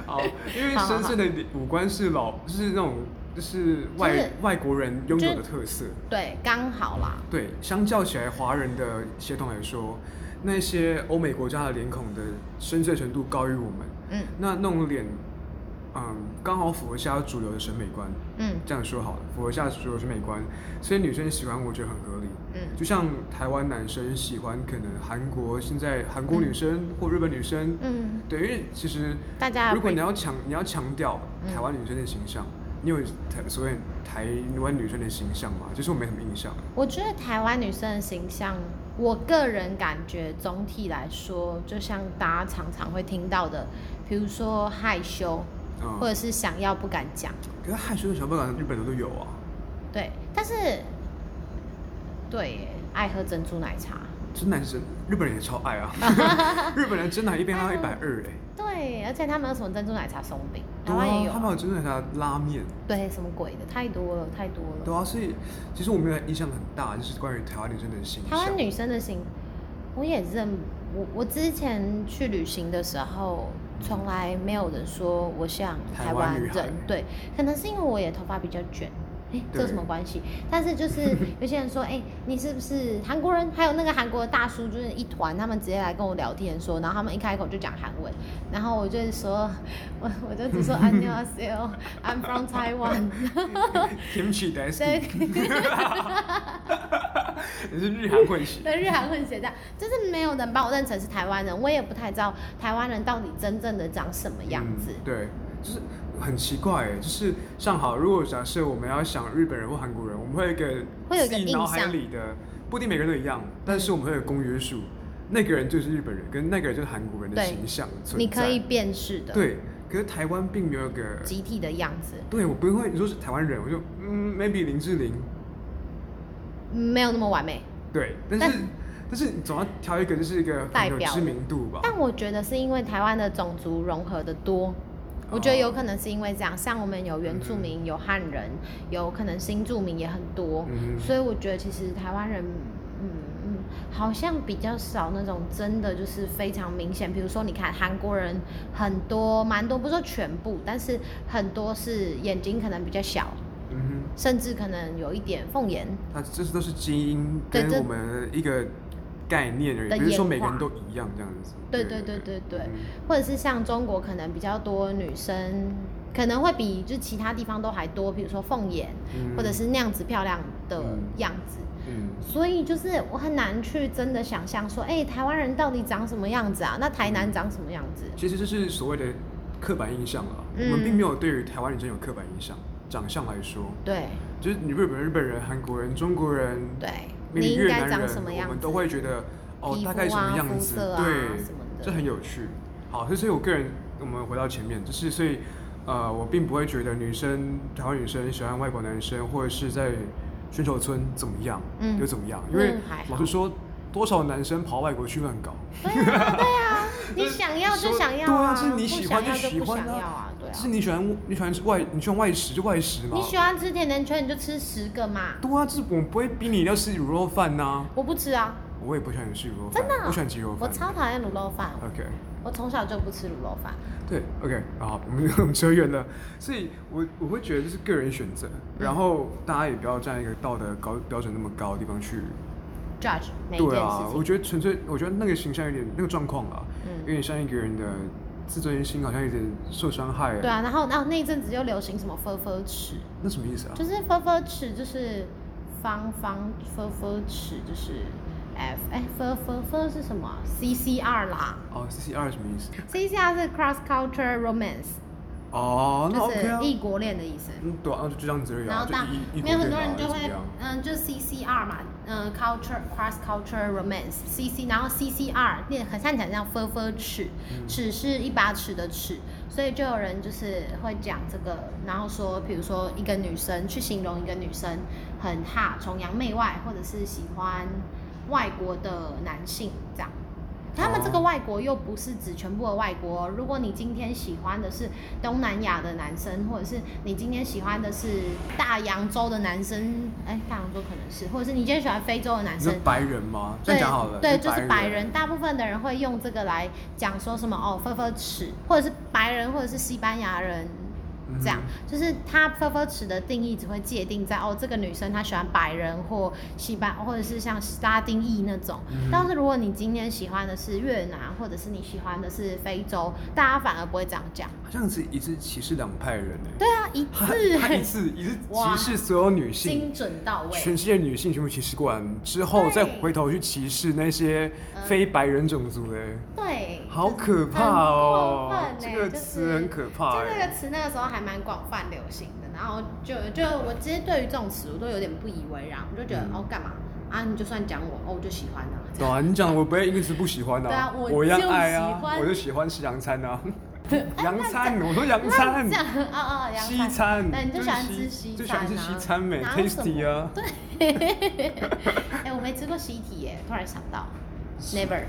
Speaker 2: 好，因为深邃的五官是老，是那种就是外、
Speaker 1: 就是
Speaker 2: 外国人拥有的特色。
Speaker 1: 对，刚好啦。
Speaker 2: 对，相较起来，华人的血统来说，那些欧美国家的脸孔的深邃程度高于我们。
Speaker 1: 嗯
Speaker 2: 那那种脸，嗯，刚好符合现在主流的审美观。
Speaker 1: 嗯
Speaker 2: 这样说好了，符合下所有审美观，所以女生喜欢我觉得很合理。
Speaker 1: 嗯
Speaker 2: 就像台湾男生喜欢可能韩国现在韩国女生或日本女生，
Speaker 1: 嗯，
Speaker 2: 对，因为其实
Speaker 1: 大家
Speaker 2: 如果你要强你要强调
Speaker 1: 嗯
Speaker 2: 台湾女生的形象，你有台所谓台湾女生的形象嘛？其实我没什么印象。
Speaker 1: 我觉得台湾女生的形象，我个人感觉总体来说，就像大家常常会听到的，比如说害羞，
Speaker 2: 嗯
Speaker 1: 或者是想要不敢讲。
Speaker 2: 可是害羞的小笨感日本人都有啊。
Speaker 1: 对，但是对耶爱喝珍珠奶茶，
Speaker 2: 真奶是日本人也超爱 啊，日本人真奶一杯要一百二哎，
Speaker 1: 对，而且他们有什么珍珠奶茶松饼，台
Speaker 2: 对
Speaker 1: 湾也
Speaker 2: 啊，
Speaker 1: 有
Speaker 2: 他们
Speaker 1: 啊，
Speaker 2: 有真奶茶拉面，
Speaker 1: 对，什么鬼的，太多了，太多
Speaker 2: 对
Speaker 1: 了。
Speaker 2: 啊，所以其实我们的影响很大，就是关于台湾女生的形
Speaker 1: 台
Speaker 2: 象。
Speaker 1: 湾女生的形，我也认我，我之前去旅行的时候，从来没有人说我像
Speaker 2: 台
Speaker 1: 台
Speaker 2: 湾
Speaker 1: 湾
Speaker 2: 女孩
Speaker 1: 人，对，可能是因为我也头发比较卷。哎，这有
Speaker 2: 对
Speaker 1: 什么关系？但是就是 有些人说，哎、你是不是韩国人？还有那个韩国的大叔，就是一团，他们直接来跟我聊天说，然后他们一开口就讲韩文，然后我就说， 我我就只说 안녕하세요，I'm from Taiwan。
Speaker 2: kimchi d a
Speaker 1: 对
Speaker 2: s 你是日韩混血，
Speaker 1: 对，日韩混血这样，就是没有人把我认成是台湾人，我也不太知道台湾人到底真正的长什么样子
Speaker 2: 嗯。对，就是很奇怪哎，就是像好，如果假设我们要想日本人或韩国人，我们会有一个
Speaker 1: 会有一
Speaker 2: 自
Speaker 1: 个
Speaker 2: 己
Speaker 1: 印
Speaker 2: 脑海
Speaker 1: 象
Speaker 2: 里的，不一定每个人都一样，但是我们会有公约数，那个人就是日本人，跟那个人就是韩国人的
Speaker 1: 对
Speaker 2: 形象存在。
Speaker 1: 你可以辨识的，，
Speaker 2: 对，可是台湾并没有一个，
Speaker 1: 集体的样子，
Speaker 2: 对我不会，你说是台湾人，我就嗯，maybe 林志玲，
Speaker 1: 嗯没有那么完美。
Speaker 2: 对，但是但是你总要挑一个就是一个很
Speaker 1: 代
Speaker 2: 有
Speaker 1: 表
Speaker 2: 知名度吧，
Speaker 1: 但我觉得是因为台湾的种族融合的多，我觉得有可能是因为这样，像我们有原住民、有汉人，有可能新住民也很多，
Speaker 2: 哦嗯
Speaker 1: 所以我觉得其实台湾人，嗯嗯，好像比较少那种真的就是非常明显，比如说你看韩国人很多，蛮多，不是说全部，但是很多是眼睛可能比较小，
Speaker 2: 嗯
Speaker 1: 甚至可能有一点凤眼，
Speaker 2: 哼，它这是都是基因
Speaker 1: 对
Speaker 2: 跟
Speaker 1: 这
Speaker 2: 我们一个概念而
Speaker 1: 的
Speaker 2: 已，不是说
Speaker 1: 演
Speaker 2: 每个人
Speaker 1: 化
Speaker 2: 都一样这样子，
Speaker 1: 对对对对对，
Speaker 2: 嗯
Speaker 1: 或者是像中国可能比较多女生，可能会比就其他地方都还多，比如说凤眼，
Speaker 2: 嗯
Speaker 1: 或者是那样子漂亮的
Speaker 2: 嗯
Speaker 1: 样子。
Speaker 2: 嗯，
Speaker 1: 所以就是我很难去真的想象说，哎、台湾人到底长什么样子啊？那台南长什么样子？
Speaker 2: 其实这是所谓的刻板印象了，我
Speaker 1: 嗯
Speaker 2: 们并没有对于台湾女生有刻板印象，长相来说，
Speaker 1: 对
Speaker 2: 就是你日本人、日本人、韩国人、中国人，
Speaker 1: 对，
Speaker 2: maybe
Speaker 1: 你应
Speaker 2: 越
Speaker 1: 该
Speaker 2: 南
Speaker 1: 长
Speaker 2: 人，
Speaker 1: 什么样
Speaker 2: 我们
Speaker 1: 子？
Speaker 2: 都会觉得哦，
Speaker 1: 皮
Speaker 2: 大
Speaker 1: 肤
Speaker 2: 概什么
Speaker 1: 啊
Speaker 2: 样
Speaker 1: 肤
Speaker 2: 子，
Speaker 1: 色啊
Speaker 2: 对
Speaker 1: 什么，的
Speaker 2: 这很有趣。好，所以我个人，我们回到前面，就是所以呃，我并不会觉得女生台湾女生喜欢外国男生，或者是在选手村怎么样，
Speaker 1: 嗯
Speaker 2: 又怎么样，因为
Speaker 1: 嗯还好
Speaker 2: 老实说，多少男生跑外国去乱搞，
Speaker 1: 对啊，对啊，你想要就
Speaker 2: 说
Speaker 1: 想要
Speaker 2: 对啊，
Speaker 1: 啊，
Speaker 2: 就是你喜欢
Speaker 1: 不想要
Speaker 2: 喜
Speaker 1: 就不
Speaker 2: 欢
Speaker 1: 想要啊，对
Speaker 2: 就是
Speaker 1: 啊。
Speaker 2: 你喜欢你喜欢外你喜欢外食就外食嘛
Speaker 1: 你，喜欢吃甜甜圈，你就吃十个嘛。
Speaker 2: 对啊，就是我们不会逼你一定要吃卤肉饭呐、
Speaker 1: 我不吃啊，
Speaker 2: 我也不喜欢吃卤肉饭，
Speaker 1: 真的啊
Speaker 2: 我喜欢鸡肉
Speaker 1: 我
Speaker 2: 饭。
Speaker 1: 超讨厌卤肉饭，
Speaker 2: OK，
Speaker 1: 我从小就不吃卤肉饭。
Speaker 2: 对，OK，好，我们 我们扯远了，所以我我会觉得这是个人选择，然后大家也不要站在一个道德高标准那么高的地方去。
Speaker 1: judge 每一件
Speaker 2: 对啊
Speaker 1: 事，
Speaker 2: 我
Speaker 1: 情。
Speaker 2: 觉得纯粹，我觉得那个形象有点那个状况啊，
Speaker 1: 嗯
Speaker 2: 有点像一个人的自尊心好像有点受伤害。
Speaker 1: 对，啊，然后然后那一阵子又流行什么 f u r f u r 尺，
Speaker 2: 那什么意思啊？
Speaker 1: 就是 f u r f u r 尺就是方方 f u r f u r 尺就是 f 哎 f u r f u r f u r 是什么啊？CCR 啦
Speaker 2: 哦，C C R 什么意思？
Speaker 1: ，CCR 是 cross culture romance，
Speaker 2: 哦，那
Speaker 1: 就
Speaker 2: OK
Speaker 1: 是
Speaker 2: 啊，
Speaker 1: 异国恋的意思。
Speaker 2: 嗯，对啊，那就这样子而已
Speaker 1: 然
Speaker 2: 啊，
Speaker 1: 后
Speaker 2: 就
Speaker 1: 大
Speaker 2: 一一
Speaker 1: 没有
Speaker 2: 国
Speaker 1: 很
Speaker 2: 对
Speaker 1: 多
Speaker 2: 啊
Speaker 1: 人就
Speaker 2: 怎么
Speaker 1: 会
Speaker 2: 样
Speaker 1: 嗯，就 CCR 嘛，嗯，culture cross culture romance CC，然后 CCR 念很像讲像 f u r f u r 尺，
Speaker 2: 嗯
Speaker 1: 尺是一把尺的尺，所以就有人就是会讲这个，然后说比如说一个女生去形容一个女生很哈崇洋媚外，或者是喜欢外国的男性这样。他们这个
Speaker 2: 哦
Speaker 1: 外国又不是指全部的外国哦、如果你今天喜欢的是东南亚的男生，或者是你今天喜欢的是大洋洲的男生，哎，大洋洲可能是，或者是你今天喜欢非洲的男
Speaker 2: 你说
Speaker 1: 生。
Speaker 2: 白人吗？这
Speaker 1: 对
Speaker 2: 样讲好了，
Speaker 1: 对，就是白
Speaker 2: 白
Speaker 1: 人，。大部分的人会用这个来讲说什么哦，分分尺，或者是白人，或者是西班牙人，这样，
Speaker 2: 嗯
Speaker 1: 就是他分分尺的定义只会界定在哦，这个女生她喜欢白人或西班，或者是像拉丁裔那种。
Speaker 2: 嗯哼
Speaker 1: 但是如果你今天喜欢的是越南，或者是你喜欢的是非洲，大家反而不会这样讲。
Speaker 2: 好像是一次歧视两派人呢、
Speaker 1: 对啊，一
Speaker 2: 他
Speaker 1: 致
Speaker 2: 他一次一次
Speaker 1: 哇
Speaker 2: 歧视所有女性
Speaker 1: 精，准到位
Speaker 2: 全。世界女性全部歧视完之后，
Speaker 1: 对嗯
Speaker 2: 再回头去歧视那些非白人种族的、
Speaker 1: 对，
Speaker 2: 好
Speaker 1: 就是
Speaker 2: 可怕哦、
Speaker 1: 嗯很过分
Speaker 2: 这
Speaker 1: 欸
Speaker 2: 个
Speaker 1: 就是
Speaker 2: 词很可怕、
Speaker 1: 就
Speaker 2: 欸。
Speaker 1: 这个词那个时候还蛮广泛流行的，然后就就我其实对于这种词我都有点不以为然，我就觉得、
Speaker 2: 嗯
Speaker 1: 哦干嘛啊？你就算讲我哦，我就喜欢啊。这
Speaker 2: 对
Speaker 1: 样
Speaker 2: 啊，你讲我不会因此不喜欢
Speaker 1: 对啊
Speaker 2: 我
Speaker 1: 我
Speaker 2: 一样
Speaker 1: 就
Speaker 2: 爱啊
Speaker 1: 喜，欢
Speaker 2: 我就喜欢吃洋餐 啊，洋餐，我说洋餐
Speaker 1: 这，样啊啊，洋
Speaker 2: 西餐，
Speaker 1: 对，你就
Speaker 2: 就是
Speaker 1: 喜欢吃西
Speaker 2: 西
Speaker 1: 餐、啊，
Speaker 2: 就喜欢吃西餐欸美
Speaker 1: 哪有什么
Speaker 2: ，tasty 啊，
Speaker 1: 哎、我没吃过西体耶，突然想到， ，never。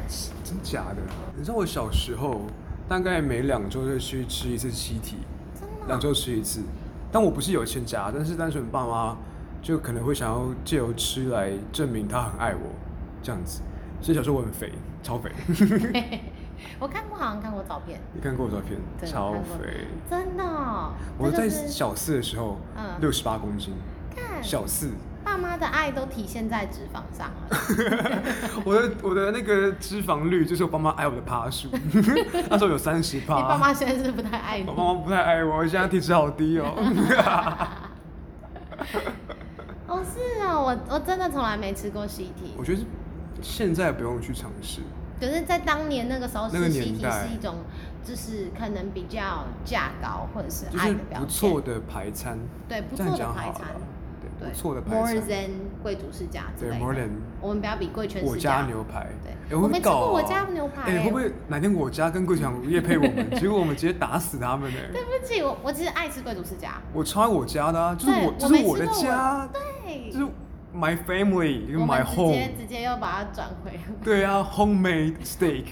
Speaker 2: 真假的？你知道我小时候大概每两周就去吃一次西体，
Speaker 1: 真的
Speaker 2: 两周吃一次。但我不是有钱家，但是单纯爸妈就可能会想要借由吃来证明他很爱我，这样子。所以小时候我很肥，超肥。
Speaker 1: 哦？我看过，好像看过照片，
Speaker 2: 你看过我照片？
Speaker 1: 对
Speaker 2: 超
Speaker 1: 看过
Speaker 2: 肥。
Speaker 1: 真的哦。
Speaker 2: 我
Speaker 1: 这
Speaker 2: 在
Speaker 1: 就是
Speaker 2: 小四的时候
Speaker 1: 嗯，
Speaker 2: 六十八公斤。
Speaker 1: 看
Speaker 2: 小四，
Speaker 1: 爸妈的爱都体现在脂肪上了。
Speaker 2: 我的我的那个脂肪率就是我爸妈爱我的趴数， 那时候有三十趴。
Speaker 1: 你爸妈现在是不太爱你
Speaker 2: 我。妈妈不太爱我，现在体脂好低 哦。
Speaker 1: 哦，是啊，我我真的从来没吃过西提
Speaker 2: 我，觉得现在不用去尝试，
Speaker 1: 可是，在当年那个时候
Speaker 2: 那个
Speaker 1: 吃西
Speaker 2: 年
Speaker 1: 提
Speaker 2: 代
Speaker 1: 是一种，就是可能比较价高或者是
Speaker 2: 就
Speaker 1: 爱
Speaker 2: 是
Speaker 1: 的表
Speaker 2: 不
Speaker 1: 现。
Speaker 2: 错的排餐，
Speaker 1: 对，不错
Speaker 2: 这样
Speaker 1: 的
Speaker 2: 讲
Speaker 1: 排
Speaker 2: 好
Speaker 1: 餐
Speaker 2: 了，，对，
Speaker 1: 对，
Speaker 2: 不错的
Speaker 1: more
Speaker 2: 排餐，
Speaker 1: than 贵族世家之
Speaker 2: 对
Speaker 1: 类的。
Speaker 2: ，more than
Speaker 1: 我们不要比贵圈
Speaker 2: 我
Speaker 1: 世
Speaker 2: 家牛排，
Speaker 1: 对
Speaker 2: 哎
Speaker 1: 我
Speaker 2: 会不
Speaker 1: 没
Speaker 2: 会
Speaker 1: 吃过
Speaker 2: 搞啊
Speaker 1: 我家牛排
Speaker 2: 哎，
Speaker 1: 哎
Speaker 2: 会不会哪天我家跟桂强业配我 们，结果我们直接打死他们呢？
Speaker 1: 对不起，我我其实爱吃贵族世家，
Speaker 2: 我超爱我家的啊，就是
Speaker 1: 对
Speaker 2: 我，
Speaker 1: 我
Speaker 2: 这
Speaker 1: 没
Speaker 2: 是
Speaker 1: 吃
Speaker 2: 我的
Speaker 1: 过我
Speaker 2: 家，
Speaker 1: 对，
Speaker 2: 就是 my family，就是
Speaker 1: 我
Speaker 2: my
Speaker 1: 们直
Speaker 2: home
Speaker 1: 接。直接又把它转回来。
Speaker 2: 对啊，homemade steak，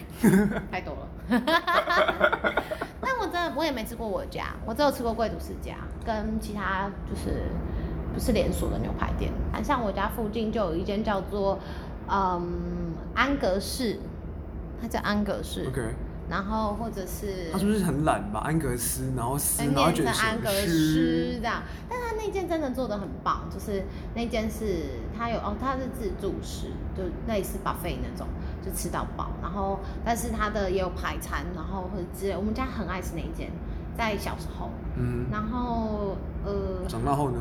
Speaker 1: 太多了。但我真的我也没吃过我家，我只有吃过贵族世家跟其他就是不是连锁的牛排店。像我家附近就有一间叫做嗯安格士，它叫安格士
Speaker 2: OK，
Speaker 1: 然后或者是
Speaker 2: 他是不是很懒吧？安格斯，然后丝，然后
Speaker 1: 念
Speaker 2: 卷
Speaker 1: 成
Speaker 2: 成
Speaker 1: 安格斯
Speaker 2: 丝
Speaker 1: 这样，但他那间真的做的很棒，就是那间是他有哦，他是自助式，就类似 buffet 那种，就吃到饱。然后，但是他的也有排餐，然后或者之类，我们家很爱吃那一间，在小时候。
Speaker 2: 嗯，
Speaker 1: 然后呃，
Speaker 2: 长大后呢？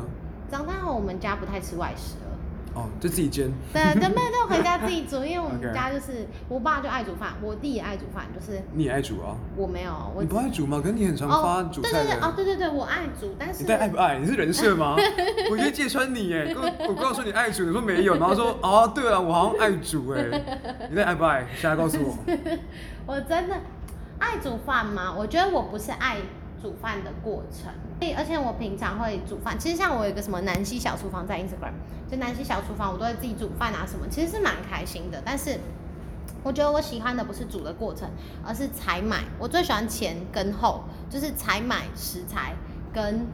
Speaker 1: 长大后我们家不太吃外食了。
Speaker 2: 哦，就自己煎。
Speaker 1: 对，就没有就回家自己煮，因为我
Speaker 2: OK
Speaker 1: 们家就是我爸就爱煮饭，我弟也爱煮饭，就是
Speaker 2: 你也爱煮啊？
Speaker 1: 我没有，我
Speaker 2: 你不爱煮吗？可是你很常发煮
Speaker 1: 对
Speaker 2: 菜
Speaker 1: 对
Speaker 2: 的。
Speaker 1: 对，哦对对对，我爱煮，但是
Speaker 2: 你到底爱不爱？你是人 设吗？我觉得揭穿你耶！我我告诉你爱煮，你说没有，然后说哦，对了，我好像爱煮哎。你到底爱不爱？现在告诉我。
Speaker 1: 我真的爱煮饭吗？我觉得我不是爱煮饭的过程，所以而且我平常会煮饭。其实像我有一个什么南西小厨房在 Instagram，就南西小厨房，我都会自己煮饭啊什么，其实是蛮开心的。但是我觉得我喜欢的不是煮的过程，而是采买。我最喜欢前跟后，就是采买食材跟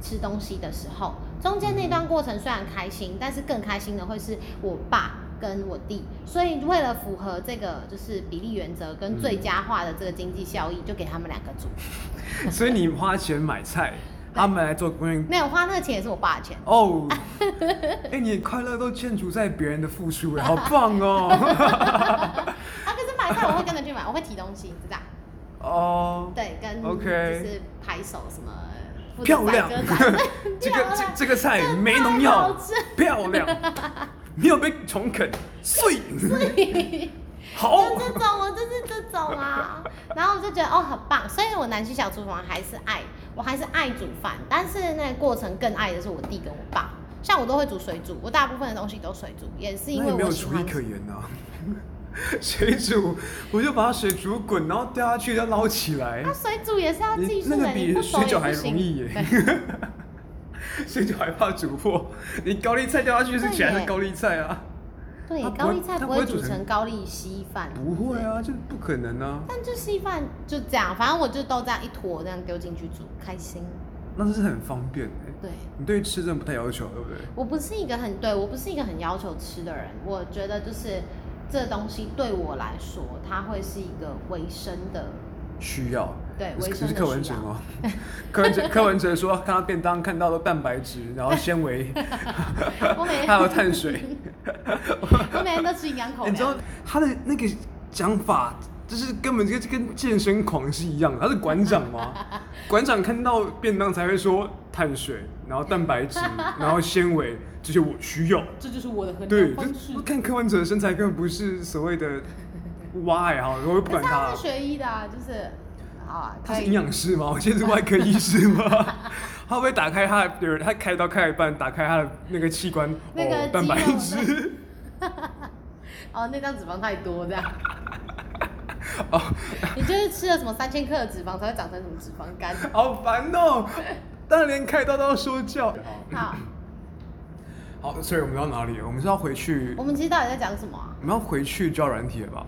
Speaker 1: 吃东西的时候，中间那段过程虽然开心，但是更开心的会是我爸。跟我弟，所以为了符合这个就是比例原则跟最佳化的这个经济效益，就给他们两个 煮。
Speaker 2: 所以你花钱买菜，他们来做供应。
Speaker 1: 没有花那个钱也是我爸的钱，
Speaker 2: 哦，哎，你的快乐都建筑在别人的付出，哎好棒 哦！
Speaker 1: 啊，可是买菜我会跟着去买，我会提东西，知道？
Speaker 2: 哦，
Speaker 1: 对，跟
Speaker 2: OK
Speaker 1: 就是拍手什么，负责
Speaker 2: 漂亮，
Speaker 1: 宰割 宰
Speaker 2: 这个这
Speaker 1: 漂亮
Speaker 2: 这个菜
Speaker 1: 这
Speaker 2: 没 农
Speaker 1: 太啊好
Speaker 2: 药
Speaker 1: 吃，
Speaker 2: 漂亮，没有被虫啃， 碎，好。
Speaker 1: 就这种，我就是这种 啊。然后我就觉得哦，很棒。所以我南区小厨房还是爱，我还是爱煮饭，但是那个过程更爱的是我弟跟我爸。像我都会煮水煮，我大部分的东西都水煮，也是因
Speaker 2: 那
Speaker 1: 为
Speaker 2: 也没
Speaker 1: 我
Speaker 2: 有
Speaker 1: 喜
Speaker 2: 厨艺
Speaker 1: 欢。
Speaker 2: 可言 呐、水煮，我就把水煮滚，然后掉下去，再捞起来
Speaker 1: 那。啊水煮也是要技
Speaker 2: 你
Speaker 1: 术
Speaker 2: 那
Speaker 1: 的
Speaker 2: 个，
Speaker 1: 你
Speaker 2: 比
Speaker 1: 不熟
Speaker 2: 水
Speaker 1: 也
Speaker 2: 饺
Speaker 1: 不
Speaker 2: 还容易
Speaker 1: 行。
Speaker 2: 耶，水饺还怕煮破。你高丽菜掉下去是起来
Speaker 1: 对
Speaker 2: 是
Speaker 1: 耶
Speaker 2: 高丽菜啊？
Speaker 1: 对
Speaker 2: 它，不
Speaker 1: 高丽
Speaker 2: 会
Speaker 1: 菜
Speaker 2: 它
Speaker 1: 不
Speaker 2: 不
Speaker 1: 会
Speaker 2: 会煮
Speaker 1: 煮
Speaker 2: 成
Speaker 1: 成高丽稀饭。
Speaker 2: 不会啊，这不可能啊。
Speaker 1: 但就稀饭就这样，反正我就都这样一坨这样丢进去煮，开心。
Speaker 2: 那是很方便耶
Speaker 1: 对，
Speaker 2: 你对吃真的不太要求，对不对？
Speaker 1: 我不是一个很对我不是一个很要求吃的人，我觉得就是这东西对我来说，它会是一个维生 的。
Speaker 2: 需要。
Speaker 1: 对
Speaker 2: 可是
Speaker 1: 维
Speaker 2: 可
Speaker 1: 生
Speaker 2: 是
Speaker 1: 的
Speaker 2: 柯文
Speaker 1: 需
Speaker 2: 哲
Speaker 1: 要
Speaker 2: 哦，柯文哲柯文哲说看到便当看到了蛋白质，然后纤 维，
Speaker 1: 我每
Speaker 2: 还
Speaker 1: 天
Speaker 2: 有碳水。
Speaker 1: 我每天都吃营养口
Speaker 2: 欸你知道
Speaker 1: 粮，
Speaker 2: 他的那个讲法，就是根本就跟健身狂是一样的。他是馆长 吗？馆长看到便当才会说碳水，然后蛋 白质，然后纤维，这些我需要。
Speaker 1: 这就是我的衡
Speaker 2: 对，
Speaker 1: 量方式
Speaker 2: 就。看柯文哲的身材根本不是所谓的 why 哈，我也不
Speaker 1: 可
Speaker 2: 管
Speaker 1: 是
Speaker 2: 他
Speaker 1: 他是。学医的啊，就是好啊，
Speaker 2: 他
Speaker 1: 可
Speaker 2: 是
Speaker 1: 以
Speaker 2: 营养师吗？我记得是外科医师吗？ 他会不会打开他的，有人他开刀开一半，打开他的那个器官，
Speaker 1: 那个
Speaker 2: 哦，蛋
Speaker 1: 肌肉
Speaker 2: 白
Speaker 1: 的
Speaker 2: 质，
Speaker 1: 哦，那张脂肪太多这样。
Speaker 2: 哦，
Speaker 1: 你就是吃了什么三千克的脂肪才会长成什么脂肪 肝。
Speaker 2: 好烦哦、但连开刀都要说教。
Speaker 1: 好，
Speaker 2: 好，所以我们到哪里了？我们是要回去
Speaker 1: 我，们其实到底在讲什么啊？
Speaker 2: 我们要回去教软体了吧？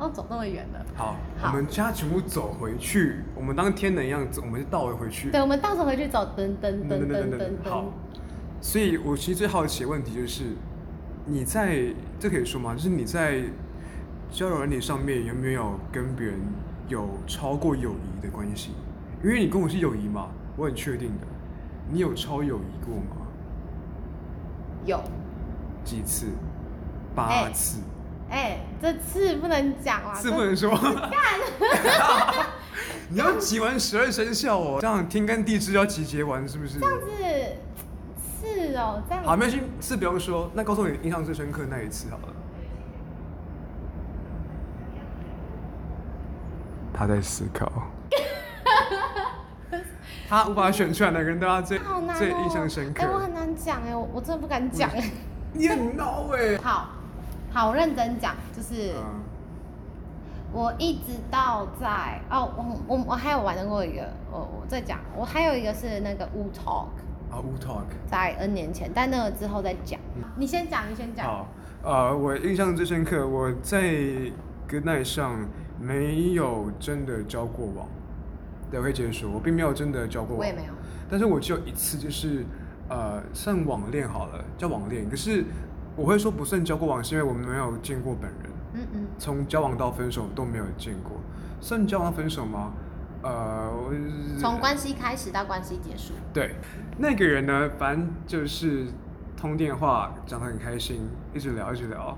Speaker 1: 要走那么远的。
Speaker 2: 好，
Speaker 1: 好
Speaker 2: 我们家全部走回去，我们当天人样子，我们就倒回回去。
Speaker 1: 对，我们到时候回去走，噔噔
Speaker 2: 等
Speaker 1: 噔
Speaker 2: 等
Speaker 1: 噔
Speaker 2: 等等
Speaker 1: 噔
Speaker 2: 等，
Speaker 1: 噔
Speaker 2: 好。。所以我其实最好奇的问题就是，你在这可以说吗？就是你在交友软体上面有没有跟别人有超过友谊的关系？因为你跟我是友谊嘛，我很确定的。你有超友谊过吗？
Speaker 1: 有，
Speaker 2: 几次？八
Speaker 1: 哎
Speaker 2: 次？
Speaker 1: 哎，这次不能讲啦，
Speaker 2: 字
Speaker 1: 这
Speaker 2: 不 能说。 你要集完十二生肖哦，这样天干地支要集结完是不是？
Speaker 1: 是是哦，这样
Speaker 2: 好，没关系，是不用说。那告诉你印象最深刻那一次好了。他在思 考，他无法选出来哪个人对他最、
Speaker 1: 好难哦，
Speaker 2: 最印象深刻。
Speaker 1: 哎，我很难讲哎，我我真的不敢讲。
Speaker 2: 你很孬哎、
Speaker 1: 好，好，我认真讲，就是
Speaker 2: 嗯
Speaker 1: 我一直到在哦，我我我还有玩过一个，我我再讲，我还有一个是那个 Wu Talk，
Speaker 2: 啊，乌 talk。
Speaker 1: 在 N 年前，但那个之后再讲。你先讲，你先讲。
Speaker 2: 嗯好，呃，我印象最深刻，我在 Good Night 上没有真的交过网，对，我可以直接说，我并没有真的交过网，
Speaker 1: 我也没有，
Speaker 2: 但是我只有一次，就是呃，算网恋好了，叫网恋。可是呃我会说不算交过网，是因为我们没有见过本人，
Speaker 1: 嗯嗯，
Speaker 2: 从交往到分手都没有见过，算交往到分手吗？呃，我
Speaker 1: 从关系开始到关系结束，
Speaker 2: 对，那个人呢，反正就是通电话，讲得很开心，一直聊一直聊。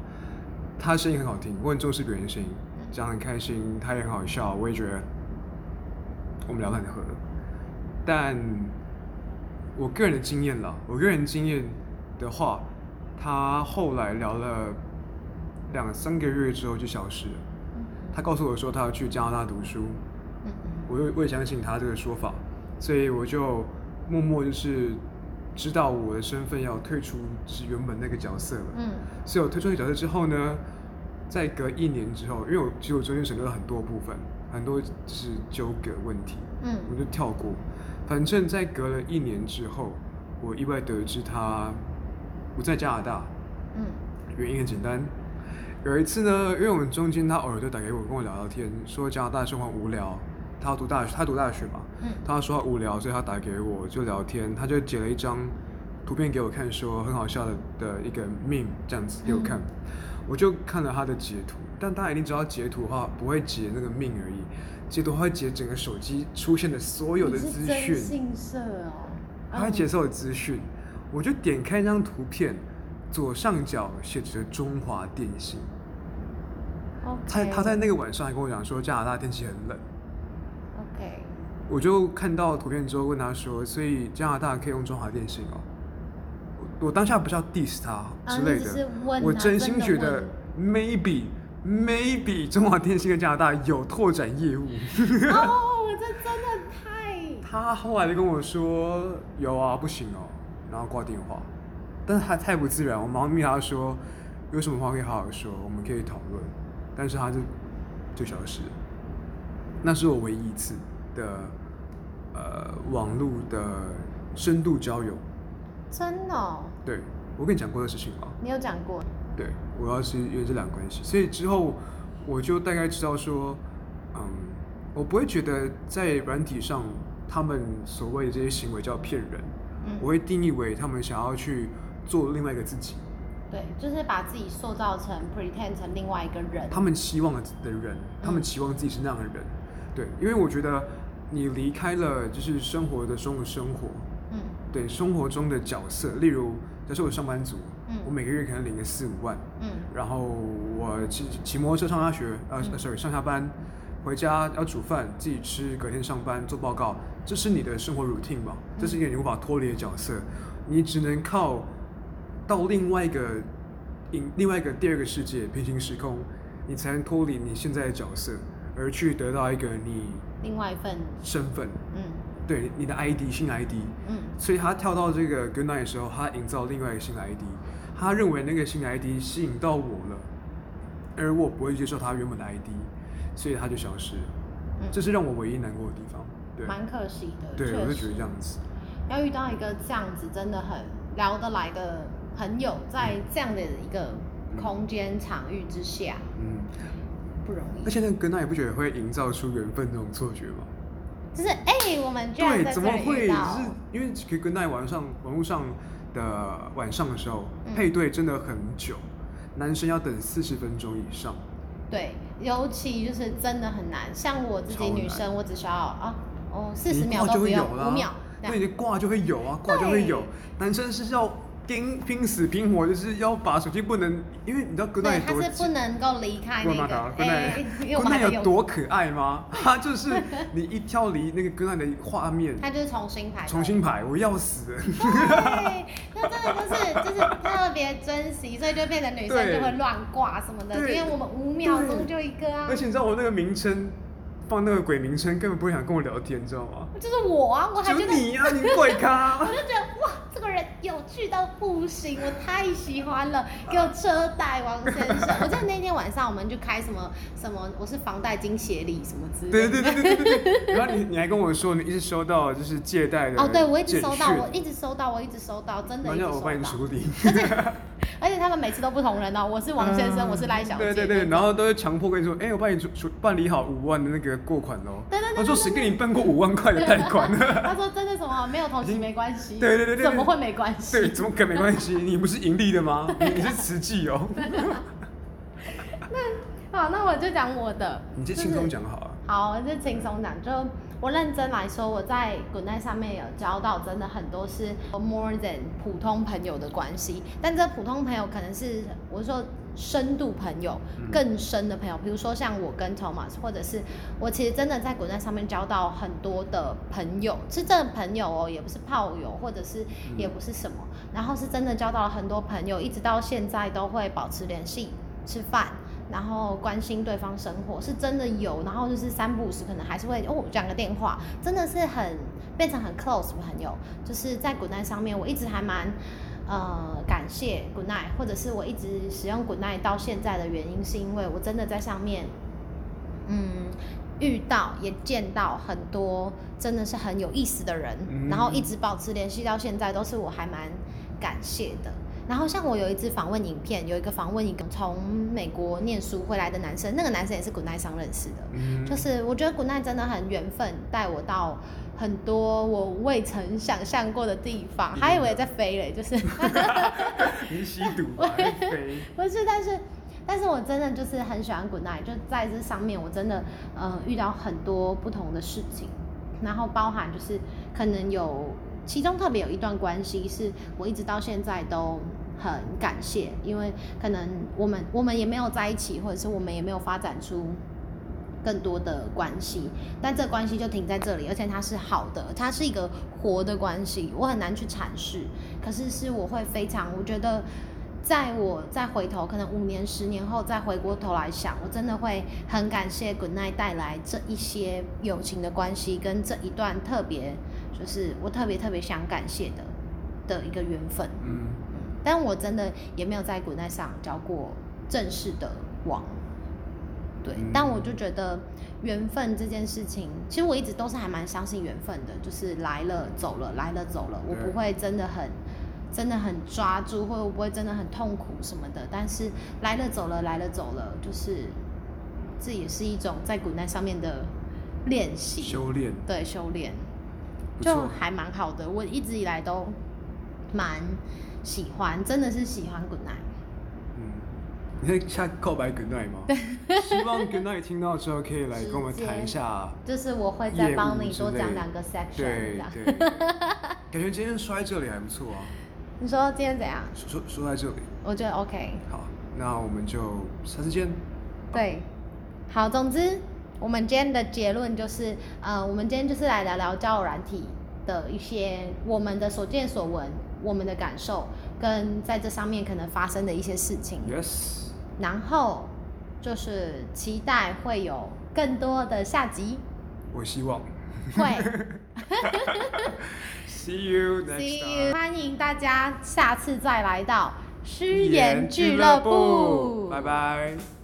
Speaker 2: 他声音很好听，我很重视别人的声音，讲得很开心，他也很好笑，我也觉得我们聊得很合。但我个人的经验啦，我个人经验的话，他后来聊了两三个月之后就消失了。
Speaker 1: 嗯
Speaker 2: 他告诉我说他要去加拿大读书，
Speaker 1: 嗯嗯
Speaker 2: 我也我也相信他这个说法，所以我就默默就是知道我的身份要退出是原本那个角色了。
Speaker 1: 嗯
Speaker 2: 所以我退出那个角色之后呢，在隔一年之后，因为我其实我中间省略了很多部分，很多就是纠葛问题，
Speaker 1: 嗯
Speaker 2: 我就跳过。反正，在隔了一年之后，我意外得知他不在加拿大，
Speaker 1: 嗯
Speaker 2: 原因很简单。有一次呢，因为我们中间他偶尔就打给我，跟我聊聊天，说加拿大生活无聊，他要读大学，他读大学嘛，
Speaker 1: 嗯
Speaker 2: 他说他无聊，所以他打给我就聊天，他就截了一张图片给我看，说很好笑的的一个 meme 这样
Speaker 1: 嗯
Speaker 2: 子给我看，我就看了他的截图，但大家一定知道截图的话不会截那个 meme 而已，截图会截整个手机出现的所有
Speaker 1: 你
Speaker 2: 的资
Speaker 1: 是
Speaker 2: 讯，
Speaker 1: 真性色哦。
Speaker 2: 他会接受资讯，我就点开一张图片，左上角写着中华电信。
Speaker 1: 嗯 OK
Speaker 2: 他他在那个晚上还跟我讲说加拿大天气很冷，
Speaker 1: OK，
Speaker 2: 我就看到图片之后问他说，所以加拿大可以用中华电信哦。我我当下不是要 diss 他哦之类
Speaker 1: 你只
Speaker 2: 的，
Speaker 1: 是问啊
Speaker 2: 我真心觉
Speaker 1: 真的
Speaker 2: 得 maybe maybe 中华电信跟加拿大有拓展业务。
Speaker 1: 哦，这真的太……
Speaker 2: 他后来就跟我说有啊，不行哦，然后挂电话。但是他太不自然，我马上密他说有什么话可以好好说，我们可以讨论。但是他就就消失了。那是我唯一一次的呃网络的深度交友。
Speaker 1: 真的哦、
Speaker 2: 对我跟你讲过的事情吗？
Speaker 1: 你有讲过，
Speaker 2: 对，我要是因为这两个关系，所以之后我就大概知道说，嗯，我不会觉得在软体上他们所谓的这些行为叫骗人，
Speaker 1: 嗯
Speaker 2: 我会定义为他们想要去做另外一个自己，
Speaker 1: 对，就是把自己塑造成 pretend 成另外一个人。
Speaker 2: 他们期望的的人，他们
Speaker 1: 嗯
Speaker 2: 期望自己是那样的人，对，因为我觉得你离开了就是生活的中的生活，
Speaker 1: 嗯
Speaker 2: 对生活中的角色，例如假设我上班族，
Speaker 1: 嗯
Speaker 2: 我每个月可能领个四五万，
Speaker 1: 嗯
Speaker 2: 然后我骑骑摩托车上下学，呃、
Speaker 1: 嗯
Speaker 2: s o r r y 上下班，回家要煮饭，自己吃，隔天上班做报告，这是你的生活 routine 嘛？这是一个你无法脱离的角色，你只能靠到另外一个另另外一个第二个世界平行时空，你才能脱离你现在的角色，而去得到一个你
Speaker 1: 另外一份，
Speaker 2: 身份，
Speaker 1: 嗯
Speaker 2: 对你的 ID 新 ID，
Speaker 1: 嗯
Speaker 2: 所以他跳到这个 Good Night 的时候，他营造另外一个新的 ID，他认为那个新的 ID 吸引到我了，而我不会接受他原本的 ID，所以他就消失了。这
Speaker 1: 嗯，
Speaker 2: 是让我唯一难过的地方。
Speaker 1: 蛮可惜的，
Speaker 2: 对，对，我
Speaker 1: 确
Speaker 2: 就觉得
Speaker 1: 实
Speaker 2: 这样子。
Speaker 1: 要遇到一个这样子真的很聊得来的、朋友在这样的一个空间场域之下，
Speaker 2: 嗯，
Speaker 1: 不容易
Speaker 2: 而。且那个跟他也不觉得会营造出缘分这种错觉吗？
Speaker 1: 就是哎、我们居然
Speaker 2: 对，
Speaker 1: 在这
Speaker 2: 怎么
Speaker 1: 里
Speaker 2: 会？
Speaker 1: 遇
Speaker 2: 就
Speaker 1: 到
Speaker 2: 是，因为可以跟在晚上网络上的晚上的时候、
Speaker 1: 嗯
Speaker 2: 配对真的很久，男生要等四十分钟以上。
Speaker 1: 对，尤其就是真的很难。像我自
Speaker 2: 超
Speaker 1: 己
Speaker 2: 难
Speaker 1: 女生，我只需要啊，哦，四十
Speaker 2: 你
Speaker 1: 秒都
Speaker 2: 挂就
Speaker 1: 不
Speaker 2: 会
Speaker 1: 用，
Speaker 2: 有
Speaker 1: 五
Speaker 2: 啦
Speaker 1: 秒。这
Speaker 2: 那
Speaker 1: 样
Speaker 2: 你的挂就会有啊，挂就会有。男生是要拼拼死拼活，就是要把手机不能，因为你知道 Good
Speaker 1: 对
Speaker 2: night，多
Speaker 1: 它是不能够离开那个，
Speaker 2: Good
Speaker 1: 哎、 因为我
Speaker 2: night，Good
Speaker 1: 们
Speaker 2: night
Speaker 1: 还
Speaker 2: 有多可爱吗？ 他就是 你一跳离那个 Good night 的画面，
Speaker 1: 它就是重新排，
Speaker 2: 重新排，我要 死了。
Speaker 1: 对，那真的就是就是特别珍惜，所以就变成女生
Speaker 2: 对
Speaker 1: 就会乱挂什么的，
Speaker 2: 对
Speaker 1: 因为我们五秒钟就一个啊
Speaker 2: 而，且你知道我那个名称，放那个鬼名称，根本不会想跟我聊天，你知道吗？
Speaker 1: 就是我啊，我还
Speaker 2: 就
Speaker 1: 觉得
Speaker 2: 你呀、你 鬼
Speaker 1: 我
Speaker 2: 咖！
Speaker 1: 就觉得哇，这个人有趣到不行，我太喜欢了，
Speaker 2: 啊
Speaker 1: 给我车贷王先生。 我记得那天晚上我们就开什么什么，我是房贷金协理什么之类的。
Speaker 2: 对对对对对对 对。然后你你还跟我说，你一直收到就是借贷的
Speaker 1: 哦，对，我一直
Speaker 2: 简
Speaker 1: 收到，
Speaker 2: 讯
Speaker 1: 我一直收到，我一直收到，真的
Speaker 2: 然
Speaker 1: 一直
Speaker 2: 后
Speaker 1: 收
Speaker 2: 我帮你
Speaker 1: 到。
Speaker 2: 处 理。
Speaker 1: 而且他们每次都不同人哦，我是王先生，我是赖小姐。
Speaker 2: 嗯对对对，然后都会强迫跟你说，哎、我帮你处处办理好五万的那个过款喽。
Speaker 1: 对对对对
Speaker 2: 我说谁给你办过五万块的贷 款
Speaker 1: 他说真的什么没有同情没关系，
Speaker 2: 对对对对
Speaker 1: 怎么会没关系？
Speaker 2: 对，怎么可能没关系？你不是盈利的吗？
Speaker 1: 啊
Speaker 2: 你你是慈济 哦。
Speaker 1: 好，那我就讲我的，
Speaker 2: 你这
Speaker 1: 就
Speaker 2: 轻
Speaker 1: 是
Speaker 2: 松讲好 啊。
Speaker 1: 好，就轻松讲。就我认真来说，我在滚蛋上面有交到真的很多是 more than 普通朋友的关系，但这普通朋友可能是我说深度朋友
Speaker 2: 嗯，
Speaker 1: 更深的朋友，比如说像我跟 Thomas，或者是我其实真的在滚蛋上面交到很多的朋友，是真的朋友哦，也不是炮友，或者是也不是什么，然后是真的交到了很多朋友，一直到现在都会保持联系，吃饭。然后关心对方生活，是真的有，然后就是三不五时可能还是会哦讲个电话，真的是很变成很 close 的朋友，就是在 Good Night 上面，我一直还蛮呃感谢 Good Night，或者是我一直使用 Good Night 到现在的原因，是因为我真的在上面，嗯。遇到也见到很多真的是很有意思的人，
Speaker 2: 嗯
Speaker 1: 然后一直保持联系到现在，都是我还蛮感谢的。然后像我有一支访问影片，有一个访问一个从美国念书回来的男生，那个男生也是 Good Night 上认识的。
Speaker 2: 嗯
Speaker 1: 就是我觉得 Good Night 真的很缘分，带我到很多我未曾想象过的地方，还以为在飞嘞，就是
Speaker 2: 你是吸毒吧？还是肥
Speaker 1: 不是，但是，但是我真的就是很喜欢 Good Night，就在这上面，我真的呃遇到很多不同的事情，然后包含就是可能有其中特别有一段关系是我一直到现在都。很感谢，因为可能我们我们也没有在一起，或者是我们也没有发展出更多的关系，但这关系就停在这里，而且它是好的，它是一个活的关系，我很难去阐释。可是是我会非常，我觉得，在我再回头，可能五年、十年后再回过头来想，我真的会很感谢 Good Night 带来这一些友情的关系，跟这一段特别，就是我特别特别想感谢的的一个缘分。
Speaker 2: 嗯，
Speaker 1: 但我真的也没有在 Good Night 上交过正式的网。对，
Speaker 2: 嗯
Speaker 1: 但我就觉得缘分这件事情，其实我一直都是还蛮相信缘分的，就是来了走了，来了走了，我
Speaker 2: 对
Speaker 1: 不会真的很真的很抓住，或者我不会真的很痛苦什么的。但是来了走了，来了走了，就是这也是一种在古奈上面的练习，
Speaker 2: 修炼
Speaker 1: 对修炼，
Speaker 2: 不
Speaker 1: 就
Speaker 2: 错。
Speaker 1: 还蛮好的。我一直以来都蛮喜欢，真的是喜欢古奈。
Speaker 2: 嗯，你在下告白 Good night 吗？希望 Good night 听到之后可以来跟我们谈一下。
Speaker 1: 就是我会再
Speaker 2: 业务
Speaker 1: 帮你
Speaker 2: 之
Speaker 1: 多讲
Speaker 2: 类
Speaker 1: 两个 section，这
Speaker 2: 对
Speaker 1: 样。
Speaker 2: 对，感觉今天摔在这里还不错啊，
Speaker 1: 你说今天怎样？
Speaker 2: 说说说在这里。
Speaker 1: 我觉得 OK。
Speaker 2: 好，那我们就下次见。
Speaker 1: 对，好，总之我们今天的结论就是，呃，我们今天就是来聊聊交友软体的一些我们的所见所闻、我们的感受，跟在这上面可能发生的一些事情。
Speaker 2: Yes，
Speaker 1: 然后就是期待会有更多的下 集，
Speaker 2: 我希望。
Speaker 1: 会
Speaker 2: See you next
Speaker 1: see
Speaker 2: time。
Speaker 1: you，欢迎大家下次再来到失
Speaker 2: 失
Speaker 1: 言
Speaker 2: 言
Speaker 1: 俱
Speaker 2: 俱
Speaker 1: 乐
Speaker 2: 乐
Speaker 1: 部
Speaker 2: 部，，拜。拜。